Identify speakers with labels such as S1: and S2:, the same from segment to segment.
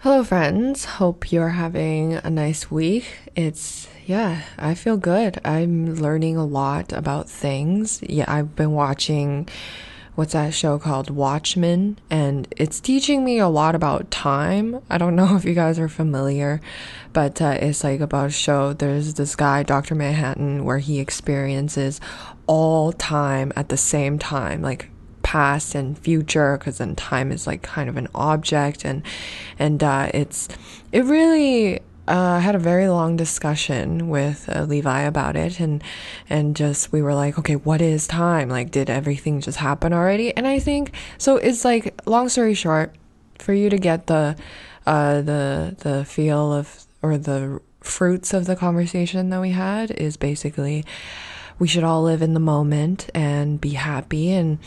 S1: Hello, friends. Hope you're having a nice week. It's, yeah, I feel good. I'm learning a lot about things. Yeah, I've been watching what's that show called Watchmen, and it's teaching me a lot about time. I don't know if you guys are familiar, but uh, it's like about a show. There's this guy, Dr. Manhattan, where he experiences all time at the same time, like past and future because then time is like kind of an object and and uh, it's it really uh, I had a very long discussion with uh, Levi about it and and just we were like okay what is time like did everything just happen already and I think so it's like long story short for you to get the uh, the the feel of or the fruits of the conversation that we had is basically we should all live in the moment and be happy and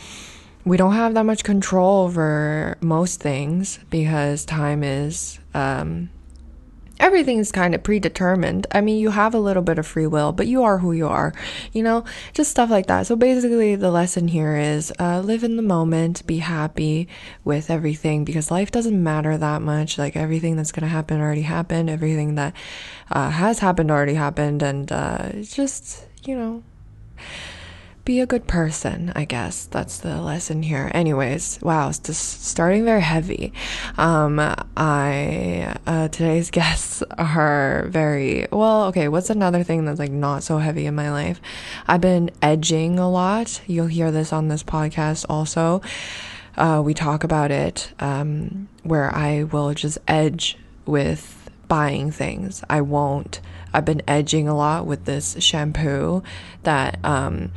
S1: we don't have that much control over most things because time is um, everything's kind of predetermined. I mean, you have a little bit of free will, but you are who you are, you know, just stuff like that. So basically, the lesson here is uh, live in the moment, be happy with everything because life doesn't matter that much. Like everything that's going to happen already happened, everything that uh, has happened already happened, and uh, it's just, you know, be a good person, I guess. That's the lesson here. Anyways, wow, it's just starting very heavy. Um, I, uh, today's guests are very, well, okay, what's another thing that's like not so heavy in my life? I've been edging a lot. You'll hear this on this podcast also. Uh, we talk about it, um, where I will just edge with buying things. I won't. I've been edging a lot with this shampoo that um,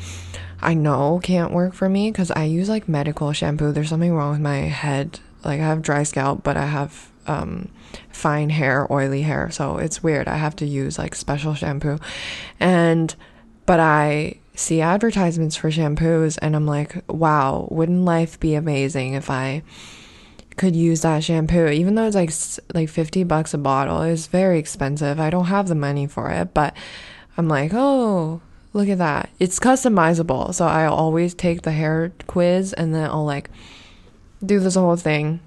S1: I know can't work for me because I use like medical shampoo. There's something wrong with my head. Like I have dry scalp, but I have um, fine hair, oily hair. So it's weird. I have to use like special shampoo. And, but I see advertisements for shampoos and I'm like, wow, wouldn't life be amazing if I could use that shampoo even though it's like like 50 bucks a bottle it's very expensive i don't have the money for it but i'm like oh look at that it's customizable so i always take the hair quiz and then i'll like do this whole thing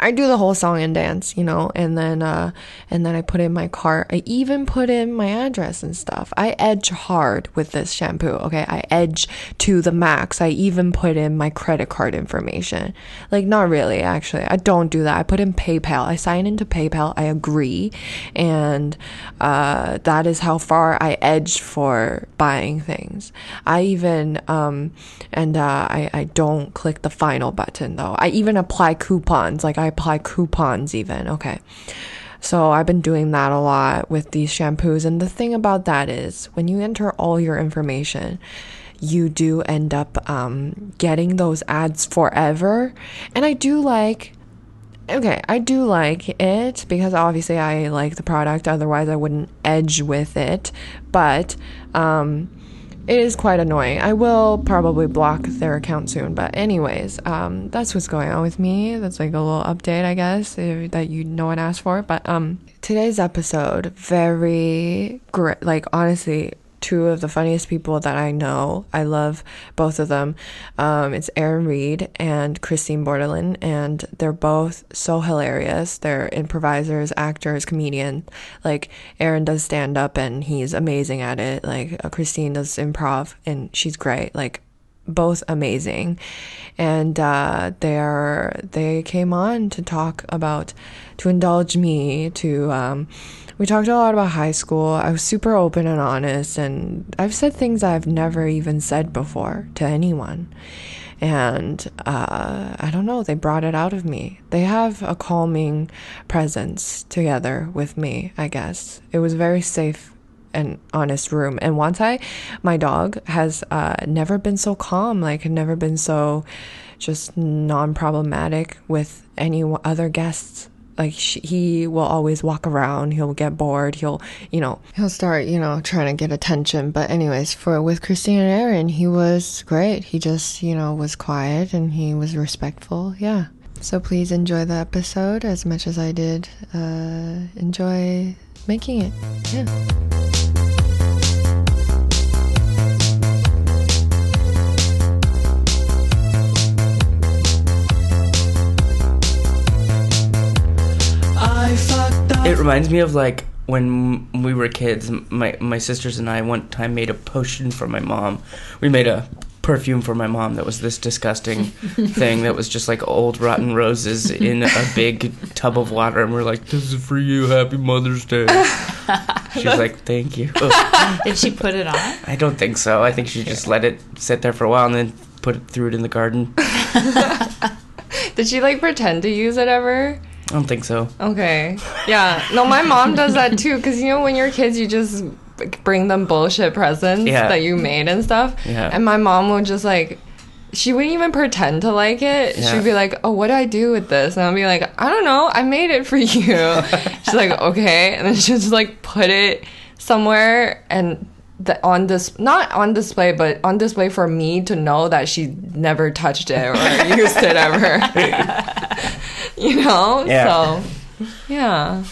S1: I do the whole song and dance, you know, and then uh and then I put in my cart. I even put in my address and stuff. I edge hard with this shampoo, okay? I edge to the max. I even put in my credit card information. Like not really actually. I don't do that. I put in PayPal. I sign into PayPal. I agree. And uh that is how far I edge for buying things. I even um and uh I I don't click the final button though. I even apply coupons. Like I I apply coupons even. Okay. So I've been doing that a lot with these shampoos. And the thing about that is when you enter all your information, you do end up um, getting those ads forever. And I do like. Okay, I do like it because obviously I like the product, otherwise, I wouldn't edge with it. But um, it is quite annoying. I will probably block their account soon, but anyways, um, that's what's going on with me. That's like a little update, I guess, if, that you no one asked for. But um, today's episode, very great. Like honestly, two of the funniest people that I know. I love both of them. Um, it's Aaron Reed and Christine Bordelin, and they're both so hilarious. They're improvisers, actors, comedian. Like Aaron does stand up, and he's amazing at it. Like uh, Christine does improv, and she's great. Like both amazing and uh, they are they came on to talk about to indulge me to um, we talked a lot about high school i was super open and honest and i've said things i've never even said before to anyone and uh, i don't know they brought it out of me they have a calming presence together with me i guess it was very safe an honest room. And Wantai, my dog, has uh, never been so calm, like, never been so just non problematic with any other guests. Like, she, he will always walk around, he'll get bored, he'll, you know, he'll start, you know, trying to get attention. But, anyways, for with Christine and Aaron, he was great. He just, you know, was quiet and he was respectful. Yeah. So, please enjoy the episode as much as I did uh, enjoy making it. Yeah.
S2: It reminds me of like when we were kids. My my sisters and I one time made a potion for my mom. We made a perfume for my mom that was this disgusting thing that was just like old rotten roses in a big tub of water and we're like this is for you happy mother's day she's like thank you Oh,
S3: Did she put it on?
S2: i don't think so i think she just let it sit there for a while and then put it threw it in the garden i
S1: Did she like pretend to use it ever?
S2: don't think so
S1: Okay. Yeah. No, my mom does that too. Cause you know, when you're kids, you just like, bring them bullshit presents
S2: Yeah.
S1: that you made and stuff.
S2: Yeah.
S1: And my mom would just like, she wouldn't even pretend to like it.
S2: Yeah.
S1: She'd be like, "Oh, what do I do with this?" And I'd be like, "I don't know. I made it for you." She's like, "Okay," and then she would just like put it somewhere and. The, on this not on display but on display for me to know that she never touched it or used it ever you know
S2: Yeah.
S1: so yeah.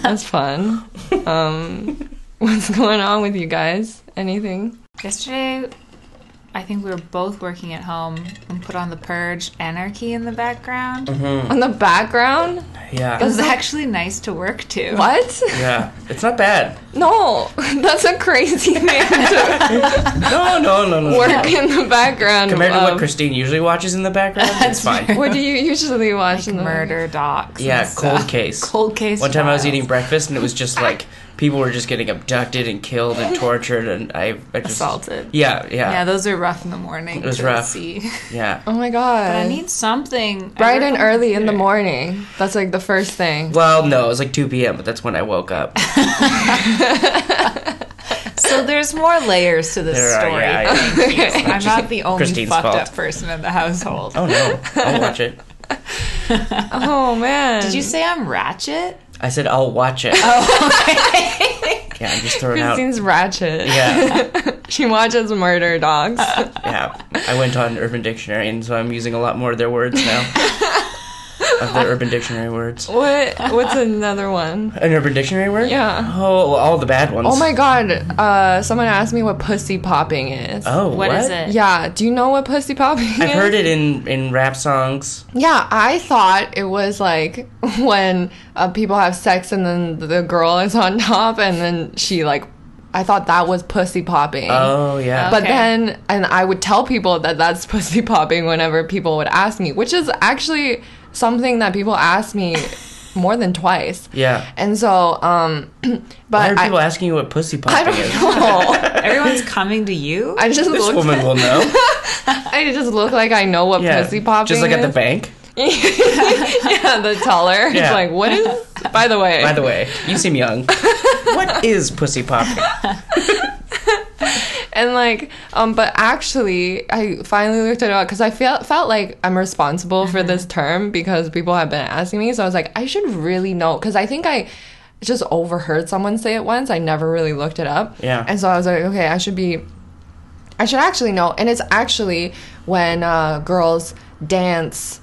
S1: That's fun. Um, what's going on with you guys? Anything?
S3: Yesterday, I think we were both working at home and put on the Purge Anarchy in the background.
S2: Mm-hmm.
S1: On the background?
S3: It
S2: yeah
S3: was actually nice to work to.
S1: What?
S2: yeah it's not bad
S1: No, that's a crazy name to
S2: no no no no
S1: work in the background.
S2: compared to
S1: of.
S3: um,
S2: what christine usually watches in the background it's fine
S1: What do you usually watch? in the-
S3: Murder docs. and
S2: yeah
S3: stuff.
S2: cold case
S3: Cold case.
S2: One time I was
S3: files.
S2: eating breakfast and it was just like people were just getting abducted and killed and tortured and I, I just
S3: Assaulted.
S2: Yeah,
S3: Yeah,
S2: yeah,
S3: those are rough in the morning.
S2: It was
S3: to
S2: rough.
S3: See.
S2: yeah.
S1: Oh my god!
S3: But I need something I
S1: bright
S3: work
S1: and
S3: on a
S1: early in the
S3: computer.
S1: morning. That's like the first thing.
S2: Well, no, it was like 2 p.m., but that's when I woke up.
S3: So there's more layers to this
S2: There are-
S3: story.
S2: yeah, yeah.
S3: Thank you. I'm not the only
S2: Christine's
S3: fucked
S2: fault.
S3: up person in the household.
S2: Oh no, I'll watch it.
S1: Oh man!
S3: Did you say I'm ratchet?
S2: I said I'll watch it.
S3: Oh,
S2: Yeah, I'm just throwing out.
S1: Christine's ratchet.
S2: Yeah,
S1: She watches murder dogs.
S2: yeah. I went on Urban Dictionary, and so I'm using a lot more of their words now. of the Urban Dictionary words.
S1: what? What's another one?
S2: An Urban Dictionary word?
S1: Yeah.
S2: Oh, all the bad ones.
S1: Oh my god, uh, someone asked me what pussy popping is.
S2: Oh, what?
S3: what is it?
S1: Yeah, do you know what pussy popping is?
S2: I've heard it in in rap songs.
S1: Yeah, I thought it was like when uh, people have sex and then the girl is on top and then she like, I thought that was pussy popping.
S2: Oh yeah.
S1: But
S3: Okay.
S1: then, and I would tell people that that's pussy popping whenever people would ask me, which is actually something that people ask me more than twice.
S2: yeah.
S1: And so, um,
S2: Why
S1: but
S2: are people
S1: I,
S2: asking you what pussy
S1: I
S2: popping is?
S1: don't know.
S3: Everyone's coming to you?
S1: I just
S2: This
S1: looked
S2: woman will know.
S1: I just look like I know what pussy popping
S2: Just like at the
S1: is.
S2: bank.
S1: yeah, the teller. It's
S2: Yeah.
S1: like, what is? By the way,
S2: By the way, you seem young. what is pussy popping?
S1: and like, um, but actually, I finally looked it up because I felt felt like I'm responsible for
S2: Mm-hmm.
S1: this term because people have been asking me. So I was like, I should really know because I think I just overheard someone say it once. I never really looked it up.
S2: Yeah.
S1: and so I was like, okay, I should be I should actually know. And it's actually when uh, girls dance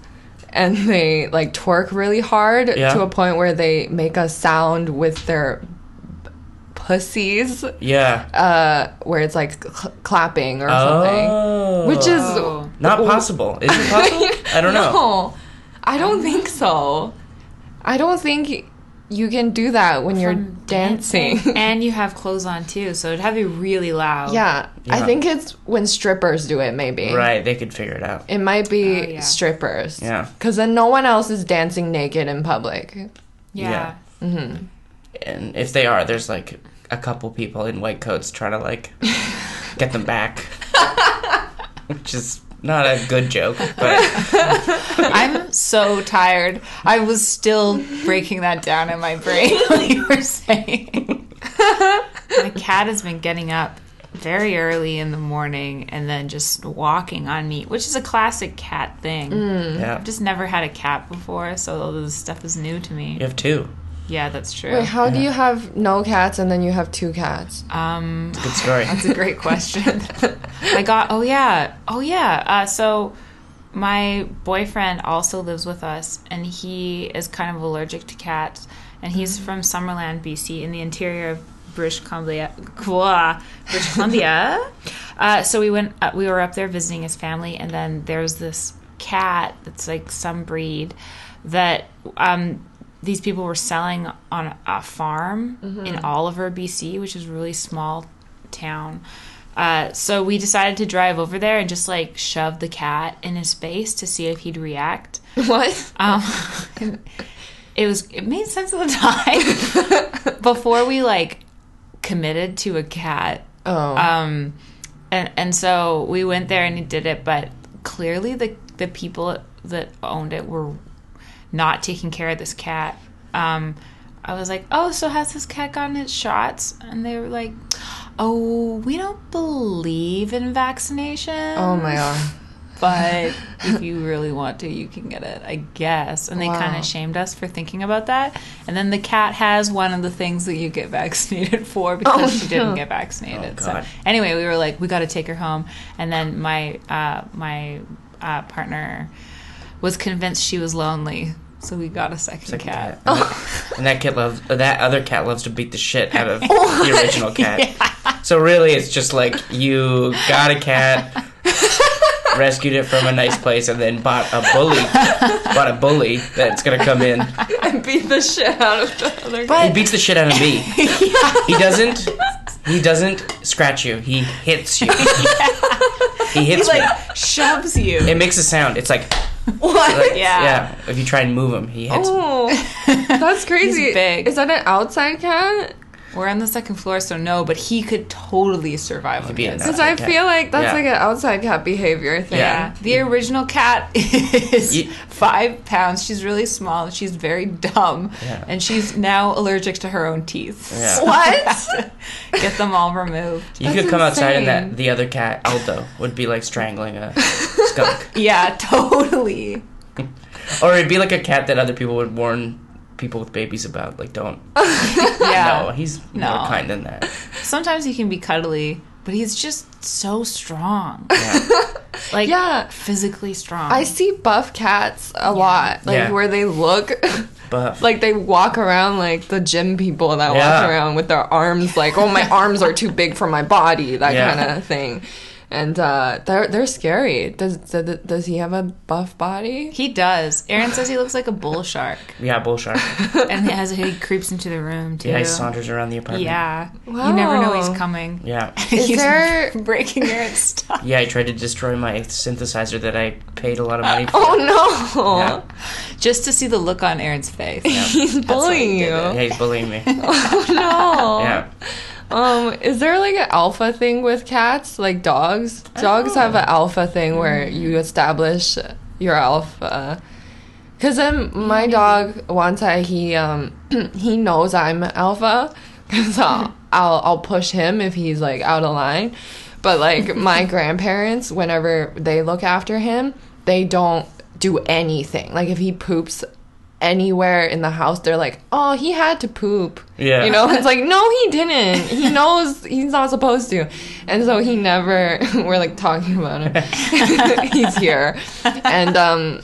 S1: and they like twerk really hard
S2: Yeah.
S1: to a point where they make a sound with their p- pussies,
S2: Yeah.
S1: uh, where it's like cl- clapping or
S2: oh.
S1: something, which is
S3: Oh.
S2: not possible. Is it possible? I don't know.
S1: No, I don't think so. I don't think you can do that when you're dancing.
S3: and you have clothes on too, so it'd have to be really loud.
S1: yeah, I
S2: Yeah.
S1: think it's when strippers do it, maybe.
S2: Right, they could figure it out.
S1: It might be
S3: Oh, yeah.
S1: strippers.
S2: Yeah.
S1: Because then no one else is dancing naked in public.
S3: Yeah.
S2: Yeah. And if they are, there's like a couple people in white coats trying to like get them back, which is not a good joke, but
S3: I'm so tired. I was still breaking that down in my brain when you were saying. my cat has been getting up very early in the morning and then just walking on me, which is a classic cat thing.
S1: Mm.
S2: yeah.
S3: I've just never had a cat before, so all this stuff is new to me.
S2: You have two.
S3: Yeah, that's true.
S1: Wait, how do you have no cats and then you have two cats?
S3: Um,
S2: Good story.
S3: That's a great question. I got, oh yeah, oh yeah. Uh, so my boyfriend also lives with us, and he is kind of allergic to cats. And he's from Summerland, BC, in the interior of British Columbia. Blah, British Columbia. uh, so we went, uh, we were up there visiting his family, and then there's this cat that's like some breed that um, these people were selling on a farm in Oliver, BC, which is a really small town. Uh, so we decided to drive over there and just like shove the cat in his face to see if he'd react.
S4: What?
S3: Um, it was it made sense at the time before we like committed to a cat.
S1: Oh.
S3: Um, and and so we went there and he did it, but clearly the the people that owned it were not taking care of this cat. Um, I was like, oh, so has this cat gotten its shots? And they were like, oh, we don't believe in vaccination.
S1: oh my god.
S3: But if you really want to, you can get it, I guess. And they
S1: Wow.
S3: kind of shamed us for thinking about that. And then the cat has one of the things that you get vaccinated for because she didn't get vaccinated.
S2: Oh,
S3: so
S2: God.
S3: anyway, we were like, we got to take her home. And then my uh, my uh, partner was convinced she was lonely, so we got a second,
S2: Second
S3: cat.
S2: cat. And, that, and that kid loves uh, that other cat loves to beat the shit out of the original cat. So really, it's just like you got a cat, rescued it from a nice place, and then bought a bully, bought a bully that's gonna come in.
S4: I beat the shit out of the other guy.
S2: He beats the shit out of me. He doesn't. He doesn't scratch you. He hits you. He hits me.
S4: shoves you.
S2: It makes a sound. It's like,
S4: what?
S2: like,
S3: Yeah.
S2: yeah. If you try and move him, he hits. me.
S4: Oh,
S1: That's crazy.
S3: big.
S1: Is that an outside cat?
S3: We're on the second floor, so no, but he could totally survive on
S2: be in
S3: this.
S2: that.
S1: Because I
S2: Outside cat.
S1: feel like that's
S2: Yeah.
S1: like an outside cat behavior thing.
S3: Yeah.
S2: Yeah.
S3: The original cat is
S2: Ye-
S3: five pounds. She's really small. She's very dumb.
S2: Yeah.
S3: And she's now allergic to her own teeth.
S2: Yeah.
S3: So What? Get them all removed.
S2: You
S1: That's
S2: could come outside and
S1: insane.
S2: that the other cat Aldo would be like strangling a skunk,
S3: Yeah, totally.
S2: or it'd be like a cat that other people would warn people with babies about. Like, don't. No,
S1: Uh,
S3: Yeah.
S2: he's
S3: No.
S2: more kind than that.
S3: Sometimes he can be cuddly, but he's just so strong.
S2: Yeah.
S3: Like
S1: Yeah.
S3: physically strong.
S1: I see buff cats a lot, like
S2: Yeah.
S1: where they look
S2: Buff.
S1: like they walk around like the gym people that
S2: Yeah.
S1: walk around with their arms like, oh, my arms are too big for my body, that
S2: Yeah.
S1: kind of thing. And uh, they're they're scary. Does, does does he have a buff body?
S3: he does. Aaron says he looks like a bull shark,
S2: yeah, bull shark.
S3: and he has he creeps into the room too.
S2: Yeah, he saunters around the apartment.
S3: Yeah. You never know he's
S1: Wow.
S3: coming.
S2: Yeah.
S1: Is
S3: He's
S1: there?
S3: breaking your stuff.
S2: Yeah, I tried to destroy my synthesizer that I paid a lot of money for.
S1: Oh no!
S2: Yeah.
S3: Just to see the look on Aaron's face.
S1: He's bullying you.
S2: Yeah, he's bullying me.
S1: Oh no!
S2: Yeah.
S1: Um, is there like an alpha thing with cats, like dogs? Dogs have an alpha thing where you establish your alpha. Cause then my dog Wanta, he um he knows I'm alpha, cause I'll, I'll I'll push him if he's like out of line. But like my grandparents, whenever they look after him, they don't do anything. Like if he poops anywhere in the house, they're like, oh, he had to poop.
S2: Yeah.
S1: you know it's like no he didn't he knows he's not supposed to and so he never we're like talking about it he's here and um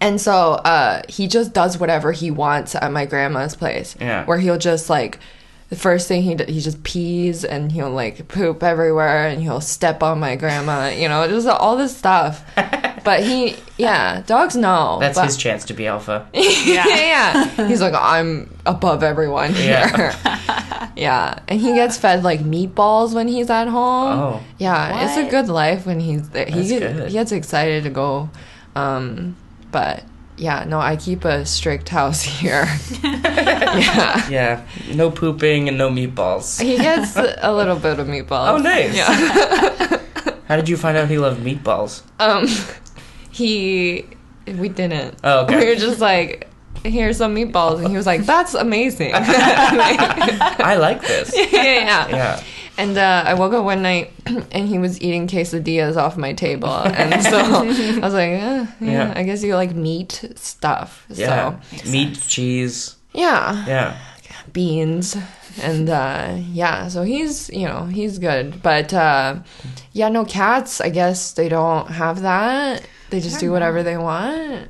S1: and so uh he just does whatever he wants at my grandma's place
S2: Yeah.
S1: where he'll just like the first thing he d- he just pees and he'll like poop everywhere and he'll step on my grandma you know just all this stuff but he yeah dogs know
S2: That's
S1: but-
S2: his chance to be alpha.
S1: yeah. yeah, He's like, I'm above everyone here. Yeah. And he gets fed like meatballs when he's at home.
S2: Oh.
S1: Yeah. It's a
S3: What?
S1: good life when he's there. He,
S2: That's
S1: get-
S2: good.
S1: he gets excited to go. Um, but yeah, no, I keep a strict house here. yeah.
S2: Yeah. No pooping and no meatballs.
S1: He gets a little bit of meatballs.
S2: Oh, nice.
S1: Yeah.
S2: How did you find out he loved meatballs?
S1: Um, he, we didn't.
S2: Oh, okay.
S1: We were just like, here's some meatballs. And he was like, that's amazing.
S2: I like this.
S1: yeah.
S2: Yeah.
S1: And uh, I woke up one night and he was eating quesadillas off my table. And so I was like, eh, yeah,
S2: Yeah.
S1: I guess you like meat stuff.
S2: Yeah.
S1: So,
S2: Meat, cheese.
S1: yeah,
S2: Yeah.
S1: beans. And uh, yeah, so he's, you know, he's good. But uh, yeah, no, cats, I guess they don't have that. They just do whatever they want.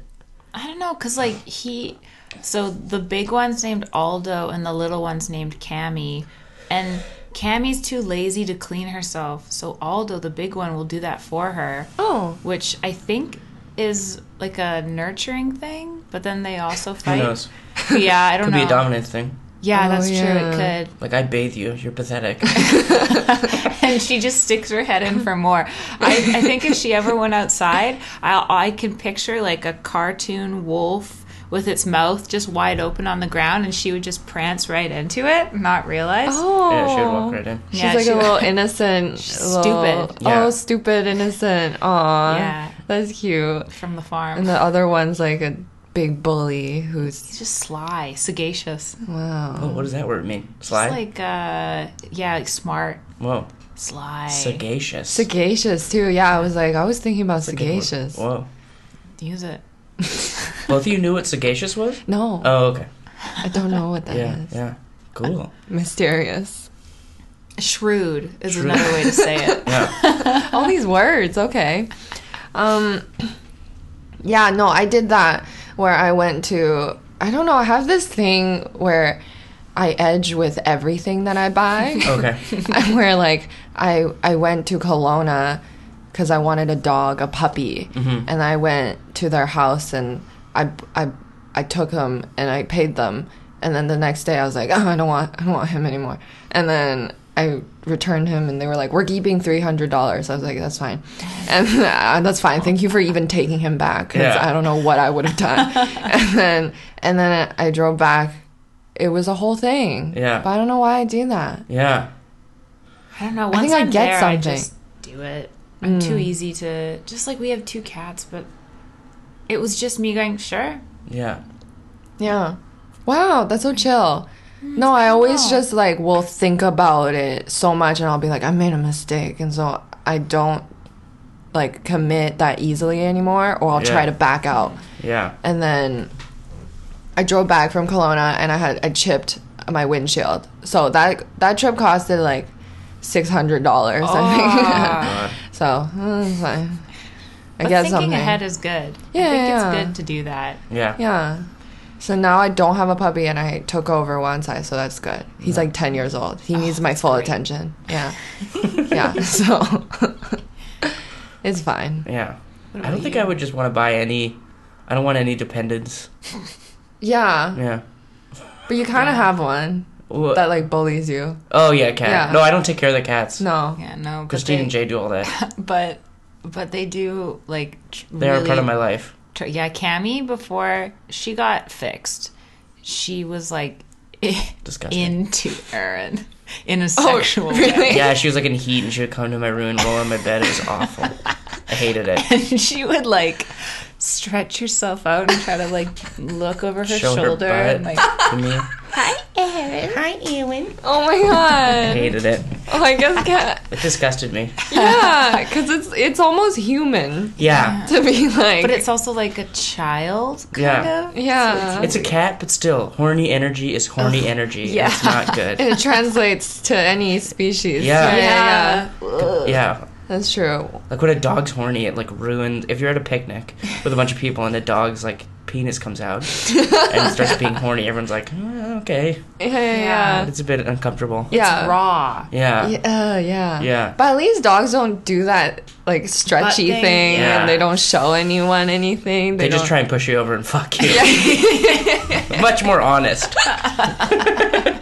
S3: I don't know, cause like he, so the big one's named Aldo and the little one's named Cammy, and Cammy's too lazy to clean herself, so Aldo, the big one, will do that for her,
S1: Oh,
S3: which I think is like a nurturing thing. But then they also
S2: Who
S3: fight.
S2: knows?
S3: yeah, I don't
S2: Could
S3: know.
S2: be a dominance thing.
S3: Yeah,
S1: Oh,
S3: that's
S1: yeah.
S3: true.
S2: Like I bathe you. You're pathetic.
S3: It could. and she just sticks her head in for more. I, I think if she ever went outside, I I can picture like a cartoon wolf with its mouth just wide open on the ground, and she would just prance right into it, and not realize.
S1: Oh.
S2: yeah, she would walk right in.
S3: Yeah,
S1: She's like
S3: she
S1: a
S3: would.
S1: little innocent, little-
S3: stupid.
S2: Yeah.
S1: Oh, stupid innocent. Aw,
S3: Yeah.
S1: that's cute.
S3: From the farm.
S1: And the other one's like a big bully who's
S3: He's just sly, sagacious.
S1: wow.
S2: Oh, what does that word mean?
S3: Just
S2: Slide.
S3: like uh yeah, like smart,
S2: Whoa.
S3: sly.
S2: Sagacious.
S1: Sagacious too. Yeah, I was like, I was thinking about
S2: It's a good Oh. word.
S1: sagacious.
S2: Whoa.
S3: Use it.
S2: Both of you knew what sagacious was?
S1: No,
S2: Oh, okay.
S1: I don't know what that is.
S2: Yeah, yeah. Cool.
S1: Mysterious.
S3: Shrewd is
S2: Shrewd.
S3: another way to say it.
S2: Yeah.
S1: All these words. Okay. Um. Yeah. No, I did that where I went to. I don't know. I have this thing where I edge with everything that I buy.
S2: Okay.
S1: where like I I went to Kelowna because I wanted a dog, a puppy,
S2: Mm-hmm.
S1: and I went to their house and I I I took him and I paid them, and then the next day I was like, oh, I don't want I don't want him anymore, and then. I returned him and they were like, We're keeping $300. I was like, That's fine. And uh, that's fine. Thank you for even taking him back. 'cause
S2: Yeah.
S1: I don't know what I would have done. and then, and then I drove back. It was a whole thing.
S2: Yeah.
S1: But I don't know why I do that.
S2: Yeah.
S3: I don't know.
S1: I
S3: Once
S1: think I
S3: am
S1: get
S3: there, I
S1: something. Hmm.
S3: just do it. I'm too easy to just like we have two cats, but it was just me going, Sure.
S2: Yeah.
S1: Yeah. Wow, that's so chill.
S3: Mm,
S1: No, I always
S3: know.
S1: just like will think about it so much and I'll be like, I made a mistake. And so I don't like commit that easily anymore or I'll try
S2: Yeah.
S1: to back out.
S2: Yeah.
S1: And then I drove back from Kelowna and I had I chipped my windshield. So that that trip costed like $600, I
S2: Uh,
S1: think. so, mm, it's fine. I
S3: But
S1: guess
S3: thinking
S1: something.
S3: ahead is good.
S1: Yeah,
S3: I think
S1: yeah.
S3: it's good to do that.
S2: yeah.
S1: Yeah. So now I don't have a puppy and I took over one side, so that's good. He's like 10 years old.
S2: Oh,
S1: He needs my full
S3: great.
S1: attention. Yeah. yeah. So it's fine.
S2: Yeah. I
S3: about
S2: don't think
S3: you?
S2: I would just want to buy any. I don't want any dependents.
S1: Yeah.
S2: Yeah.
S1: But you kind of have one
S2: Wha-
S1: that like bullies you.
S2: oh yeah, cat.
S1: Yeah.
S2: No, I don't take care of the cats.
S1: No.
S3: Yeah, no. But
S2: Christine
S3: they,
S2: and Jay do all that.
S3: but but they do like tr-
S2: They are
S3: really
S2: a part of my life.
S3: tr- yeah, Cammy before she got fixed, she was like
S2: Disgusting.
S3: into Aaron in a
S1: Oh,
S3: sexual way.
S2: Yeah, she was like in heat, and she would come to my room and roll on my bed. It was awful. I hated it.
S3: And she would like stretch herself out and try to like look over her
S2: Show her
S3: shoulder and
S2: butt.
S3: like
S2: To me,
S1: Oh my
S2: I
S1: god.
S2: hated it.
S1: Oh, I guess cat.
S2: It disgusted me.
S1: Yeah, cuz it's it's almost human
S2: Yeah,
S1: to be like
S3: but it's also like a child kind
S2: Yeah.
S3: of.
S1: yeah.
S2: it's a cat, but still, horny energy is horny energy. Yeah, it's not good.
S1: it translates to any species.
S2: Yeah.
S1: Yeah, yeah, yeah.
S2: Yeah,
S1: That's true.
S2: Like when a dog's horny, it like ruins. If you're at a picnic with a bunch of people and the dog's like penis comes out and it starts being horny, everyone's like, "Uh, okay,
S1: Yeah, yeah.
S2: it's a bit uncomfortable.
S1: Yeah.
S3: It's raw.
S2: Yeah.
S1: Yeah, uh, yeah.
S2: Yeah.
S1: But at least dogs don't do that like stretchy
S3: Butt thing.
S1: thing,
S2: Yeah.
S1: and they don't show anyone anything.
S2: They just
S1: don't-
S2: try and push you over and fuck you. Much more honest.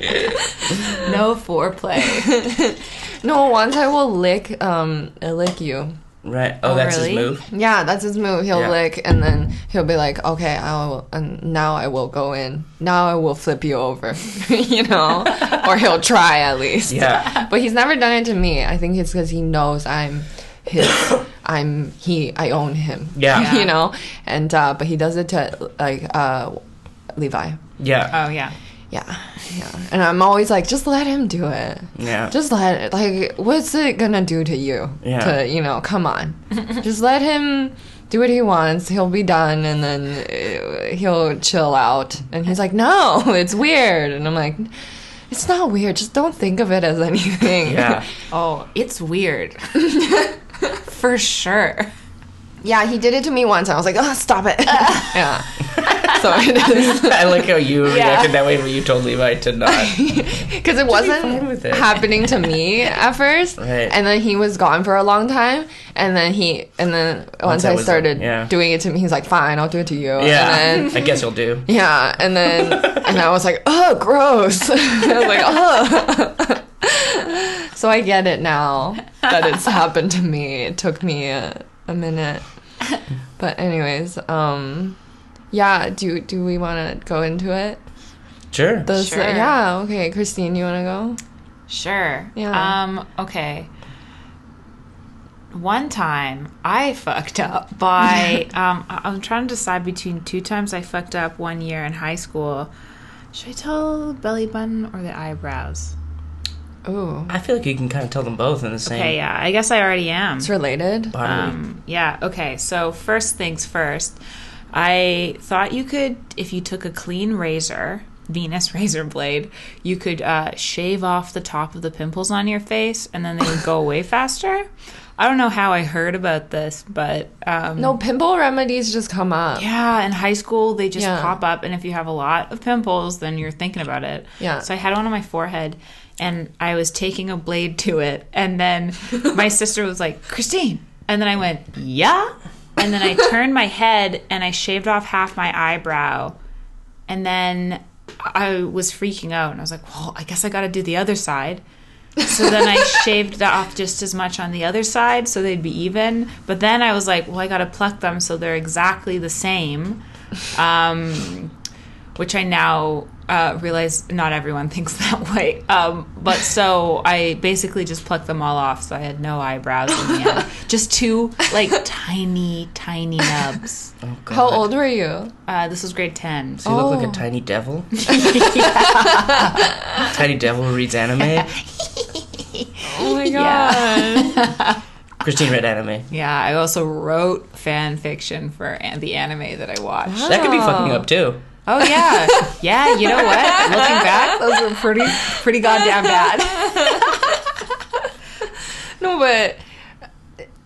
S3: No foreplay.
S1: No, once I will lick um uh, lick you.
S2: Right. Oh,
S3: Oh,
S2: that's
S3: really?
S2: his move.
S1: Yeah, that's his move. He'll
S2: Yeah.
S1: lick and then he'll be like, "Okay, I will and now I will go in. Now I will flip you over." you know? or he'll try at least.
S2: Yeah.
S1: But he's never done it to me. I think it's cuz he knows I'm his I'm he I own him.
S2: Yeah.
S1: you know? And uh but he does it to like uh Levi.
S2: Yeah.
S3: Oh yeah.
S1: Yeah, yeah. And I'm always like, just let him do it.
S2: Yeah.
S1: Just let it. Like, what's it gonna do to you?
S2: Yeah.
S1: To you know, come on. just let him do what he wants. He'll be done, and then uh, he'll chill out. And he's like, no, it's weird. And I'm like, it's not weird. Just don't think of it as anything.
S2: yeah.
S3: Oh, it's weird. For sure.
S1: Yeah, he did it to me once, and I was like, oh, stop it. yeah. so it is
S2: Uh. I like how you
S3: Yeah.
S2: reacted that way when you told Levi to not.
S1: because it
S2: fine with
S1: wasn't
S2: it.
S1: happening to me at first,
S2: Right.
S1: and then he was gone for a long time, and then he and then once,
S2: I
S1: I
S2: was,
S1: started
S2: yeah.
S1: doing it to me, he's like, "Fine, I'll do it to you."
S2: Yeah,
S1: And then,
S2: I guess you'll do.
S1: yeah, and then and I was like, "Oh, gross!" I was like, "Oh." so I get it now that it's happened to me. It took me a, a minute, but anyways, um, yeah. Do do we want to go into it?
S2: Sure.
S1: The-
S3: Sure.
S1: Yeah. Okay, Christine, you want to go?
S3: Sure.
S1: Yeah.
S3: Um, okay. One time I fucked up by um I- I'm trying to decide between two times I fucked up one year in high school. Should I tell the belly button or the eyebrows?
S1: Ooh.
S2: I feel like you can kind of tell them both in the same
S3: Okay, yeah. I guess I already am.
S1: It's related.
S2: bodily.
S3: Um, yeah, okay. So, first things first, I thought you could, if you took a clean razor, Venus razor blade, you could uh, shave off the top of the pimples on your face and then they would go away faster. I don't know how I heard about this, but um,
S1: No, pimple remedies just come up.
S3: yeah, in high school they just
S1: Yeah.
S3: pop up, and if you have a lot of pimples, then you're thinking about it.
S1: Yeah.
S3: So I had one on my forehead, and I was taking a blade to it, and then my sister was like, "Christine," and then I went, "Yeah," and then I turned my head and I shaved off half my eyebrow, and then I was freaking out, and I was like, "Well, I guess I got to do the other side." So then I shaved that off just as much on the other side so they'd be even. But then I was like, well, I got to pluck them so they're exactly the same. Um, which I now uh, realize not everyone thinks that way. Um, but so I basically just plucked them all off so I had no eyebrows in the end. Just two, like, tiny, tiny nubs.
S2: Oh, God.
S1: How old were you?
S3: Uh, this was grade 10.
S2: Do you look like
S1: Oh.
S2: a tiny devil? tiny devil reads anime.
S1: Oh my
S3: Yeah.
S2: Christine read anime.
S3: Yeah, I also wrote fan fiction for an- the anime that I watched.
S2: That could be fucking up too.
S3: Oh yeah, yeah. You know what? Looking back, those were pretty, pretty goddamn bad.
S1: No, but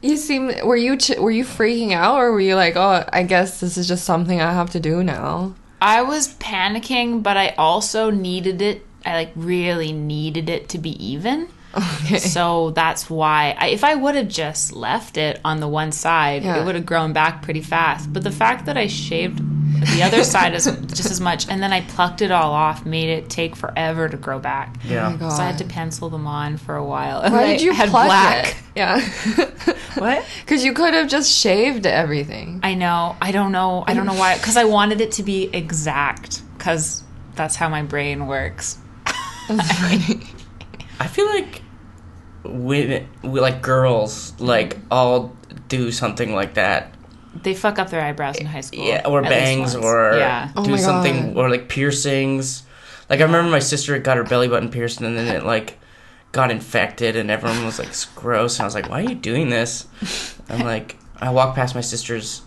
S1: you seem were you ch- were you freaking out or were you like, "Oh, I guess this is just something I have to do now."
S3: I was panicking, but I also needed it. I like really needed it to be even.
S1: Okay.
S3: So that's why, I, if I would have just left it on the one side,
S1: Yeah.
S3: it would have grown back pretty fast. But the fact that I shaved the other side as just as much, and then I plucked it all off, made it take forever to grow back.
S2: Yeah.
S1: Oh my
S3: So I had to
S1: God.
S3: pencil them on for a while.
S1: Why
S3: I
S1: did you
S3: had
S1: pluck
S3: black.
S1: it? Yeah.
S3: What?
S1: Cuz you could have just shaved everything.
S3: I know. I don't know. I don't know why. Because I wanted it to be exact. Because that's how my brain works.
S2: I feel like women, we, like girls, like all do something like that.
S3: They fuck up their eyebrows in high school.
S2: Yeah, or
S3: at least
S2: bangs,
S3: once.
S2: or
S3: yeah.
S1: Oh
S2: do
S1: my
S2: something,
S1: God.
S2: or like piercings. Like I remember my sister got her belly button pierced, and then it like got infected, and everyone was like, "It's "Gross!" And I was like, "Why are you doing this?" I'm like, I walked past my sister's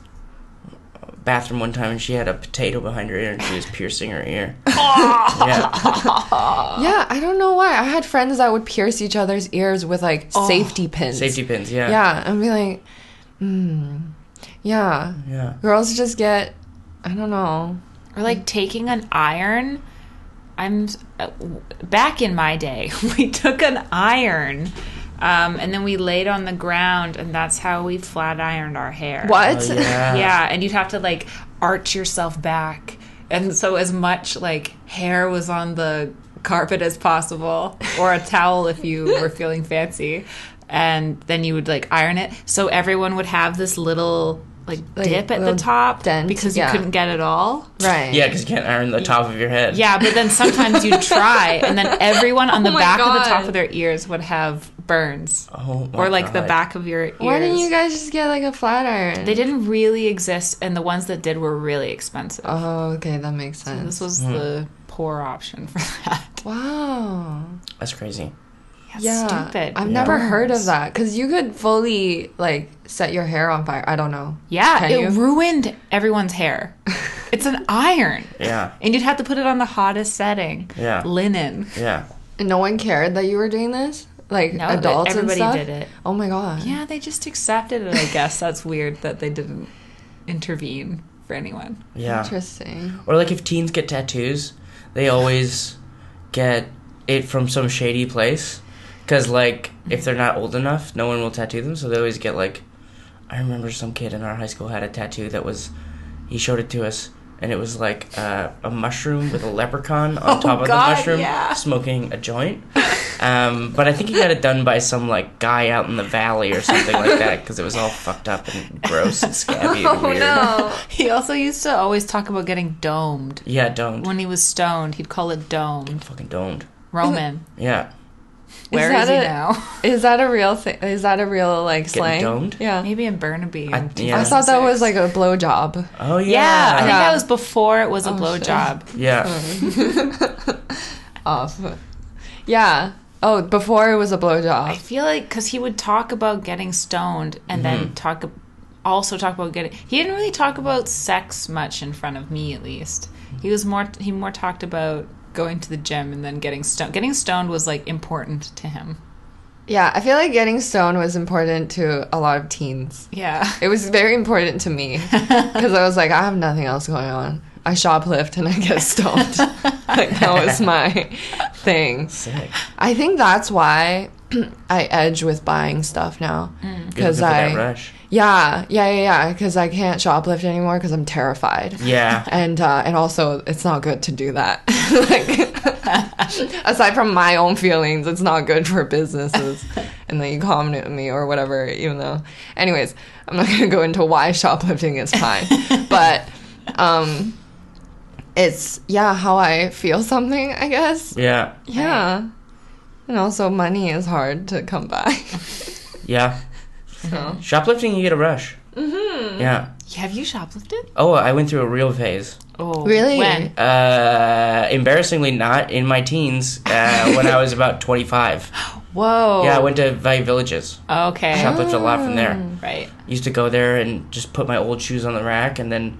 S2: bathroom one time, and she had a potato behind her ear, and she was piercing her ear. yeah,
S1: yeah, I don't know why. I had friends that would pierce each other's ears with like Oh, safety pins.
S2: safety pins. Yeah,
S1: Yeah, and be like, hmm. Yeah.
S2: yeah.
S1: Girls just get, I don't know.
S3: Or
S1: Mm.
S3: like taking an iron. I'm uh, w- back in my day. We took an iron, um, and then we laid on the ground, and that's how we flat ironed our hair.
S1: What?
S2: Oh, yeah.
S3: Yeah, and you'd have to like arch yourself back. And so as much like hair was on the carpet as possible or a towel if you were feeling fancy. And then you would like iron it. So everyone would have this little like,
S1: Like,
S3: dip at the
S1: little
S3: top
S1: dent,
S3: because you
S1: yeah.
S3: couldn't get it all.
S1: Right.
S2: Yeah, because you can't iron the top of your head.
S3: Yeah, but then sometimes you'd try and then everyone on the
S1: Oh my
S3: back of the
S1: God.
S3: top of their ears would have burns.
S2: Oh my
S3: or like the
S2: God.
S3: back of your ears.
S1: Why didn't you guys just get like a flat iron?
S3: they didn't really exist and the ones that did were really expensive.
S1: Oh, okay, that makes sense.
S3: This
S2: hmm.
S3: was the poor option for that.
S1: Wow.
S2: That's crazy.
S3: That's
S1: Yeah.
S3: stupid.
S1: I've
S2: Yeah.
S1: never heard of
S3: Burns.
S1: that because you could fully like set your hair on fire. I don't know.
S3: Yeah,
S1: Can
S3: it
S1: you?
S3: ruined everyone's hair. it's an iron.
S2: Yeah,
S3: And you'd have to put it on the hottest setting.
S2: Yeah.
S3: Linen.
S2: yeah.
S1: And no one cared that you were doing this. Like
S3: No, that
S1: adults
S3: everybody
S1: and stuff.
S3: did it.
S1: Oh my god.
S3: Yeah, they just accepted it, I guess. That's weird that they didn't intervene. for anyone.
S2: Yeah.
S1: Interesting.
S2: Or like if teens get tattoos, they always get it from some shady place. Because like if they're not old enough, no one will tattoo them. So they always get like, I remember some kid in our high school had a tattoo that was, he showed it to us. And it was like uh, a mushroom with a leprechaun on
S3: Oh,
S2: top
S3: God,
S2: of the mushroom,
S3: yeah.
S2: smoking a joint. Um, but I think he got it done by some like guy out in the valley or something like that because it was all fucked up and gross and scabby
S3: Oh,
S1: Oh,
S2: and weird.
S3: He also used to always talk about getting domed.
S2: Yeah, domed.
S3: When he was stoned, he'd call it domed.
S2: Fucking domed.
S3: Roman,
S2: Yeah.
S3: where
S1: that
S3: is, he
S1: a-
S3: now?
S1: Is that a real thing? Is that a real like slang?
S2: domed?
S1: Yeah.
S3: Maybe in Burnaby.
S2: I-
S3: in
S2: yeah.
S1: I thought that was
S3: 2006.
S1: like a blowjob.
S3: Yeah,
S2: Oh
S3: I think
S2: yeah.
S1: Yeah.
S3: that was before it was a
S1: Oh, shit.
S3: blowjob.
S2: Yeah.
S1: Off. Yeah. Oh, before it was a
S3: I
S1: blowjob.
S3: feel like because he would talk about getting stoned and
S1: Mm-hmm.
S3: then talk, also talk about getting. He didn't really talk about sex much in front of me, at least. He was more. He more talked about going to the gym and then getting stoned. Getting stoned was like important to him.
S1: Yeah, I feel like getting stoned was important to a lot of teens.
S3: Yeah.
S1: It was very important to me because I was like, I have nothing else going on. I shoplift and I get stoned. like that was my thing.
S2: Sick.
S1: I think that's why I edge with buying stuff now because
S2: Good for
S1: I
S2: that rush.
S1: yeah yeah yeah yeah because I can't shoplift anymore because I'm terrified.
S2: Yeah.
S1: and uh, and also it's not good to do that. like, aside from my own feelings, it's not good for businesses and the economy or whatever. Even though, anyways, I'm not gonna go into why shoplifting is fine, but um, it's yeah how I feel something, I guess.
S2: Yeah.
S1: Yeah, and also money is hard to come by.
S2: Yeah.
S1: So.
S2: Shoplifting, you get a rush. Mm-hmm. Yeah.
S3: Have you shoplifted?
S2: Oh, I went through a real phase.
S3: Oh,
S1: Really?
S3: When?
S2: Uh, embarrassingly, not in my teens. Uh, when I was about twenty-five.
S3: Whoa.
S2: Yeah, I went to Value Villages.
S3: Okay.
S2: Shoplift a lot from there.
S3: right.
S2: Used to go there and just put my old shoes on the rack, and then,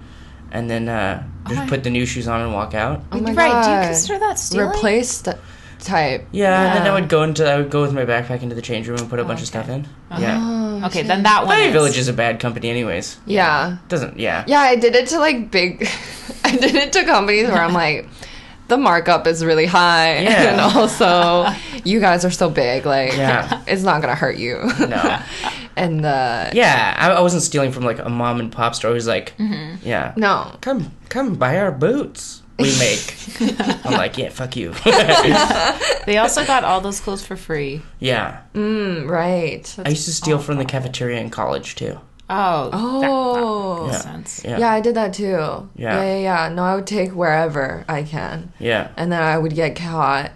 S2: and then uh, just
S3: my-
S2: put the new shoes on and walk out.
S1: Oh my
S3: right. Do you
S1: God.
S3: consider that stealing?
S1: replace th- type?
S2: Yeah, and then
S3: Yeah.
S2: I would go into I would go with my backpack into the change room and put a bunch
S3: Okay.
S2: of stuff in. Yeah.
S1: Oh,
S3: okay,
S1: shit.
S3: then that one.
S2: Value
S3: is.
S2: Village is a bad company, anyways.
S1: yeah.
S2: Doesn't yeah.
S1: Yeah, I did it to like big. I did it to companies where I'm like, the markup is really high,
S2: Yeah.
S1: and also you guys are so big, like,
S2: Yeah.
S1: it's not gonna hurt you.
S2: No.
S1: and uh,
S2: yeah, I, I wasn't stealing from like a mom and pop store. It was like, yeah,
S1: no,
S2: come come buy our boots we make. I'm like, yeah, fuck you.
S3: They also got all those clothes for free.
S2: yeah,
S1: Mm, right?
S2: I used to steal from the cafeteria in college too.
S3: Oh.
S1: Oh.
S3: That, that makes
S2: Yeah.
S3: sense.
S2: Yeah,
S1: Yeah,
S2: yeah,
S1: I did that too. Yeah. yeah, yeah, No, I would take wherever I can,
S2: yeah.
S1: and then I would get caught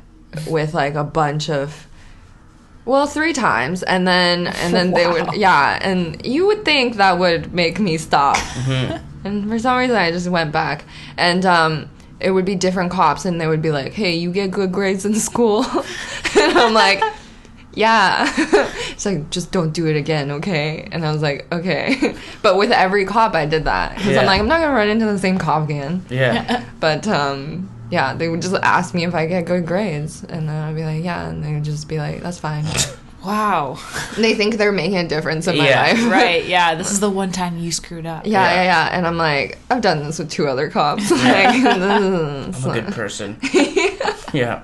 S1: with like a bunch of. Well, three times, and then and then they
S3: Wow.
S1: would, yeah, and you would think that would make me stop, And for some reason, I just went back. And um, it would be different cops, and they would be like, hey, you get good grades in school. and I'm like, yeah. It's like, just don't do it again, okay? And I was like, okay. but with every cop, I did that. Because
S2: Yeah.
S1: I'm like, I'm not going to run into the same cop again. But um, yeah, they would just ask me if I get good grades. And then I'd be like, yeah. And they would just be like, that's fine.
S3: Wow.
S1: they think they're making a difference in my
S2: Yeah.
S1: life.
S3: right. Yeah. This is the one time you screwed up.
S1: Yeah,
S2: Yeah.
S1: yeah, yeah. And I'm like, I've done this with two other cops. like,
S2: I'm a good person. yeah,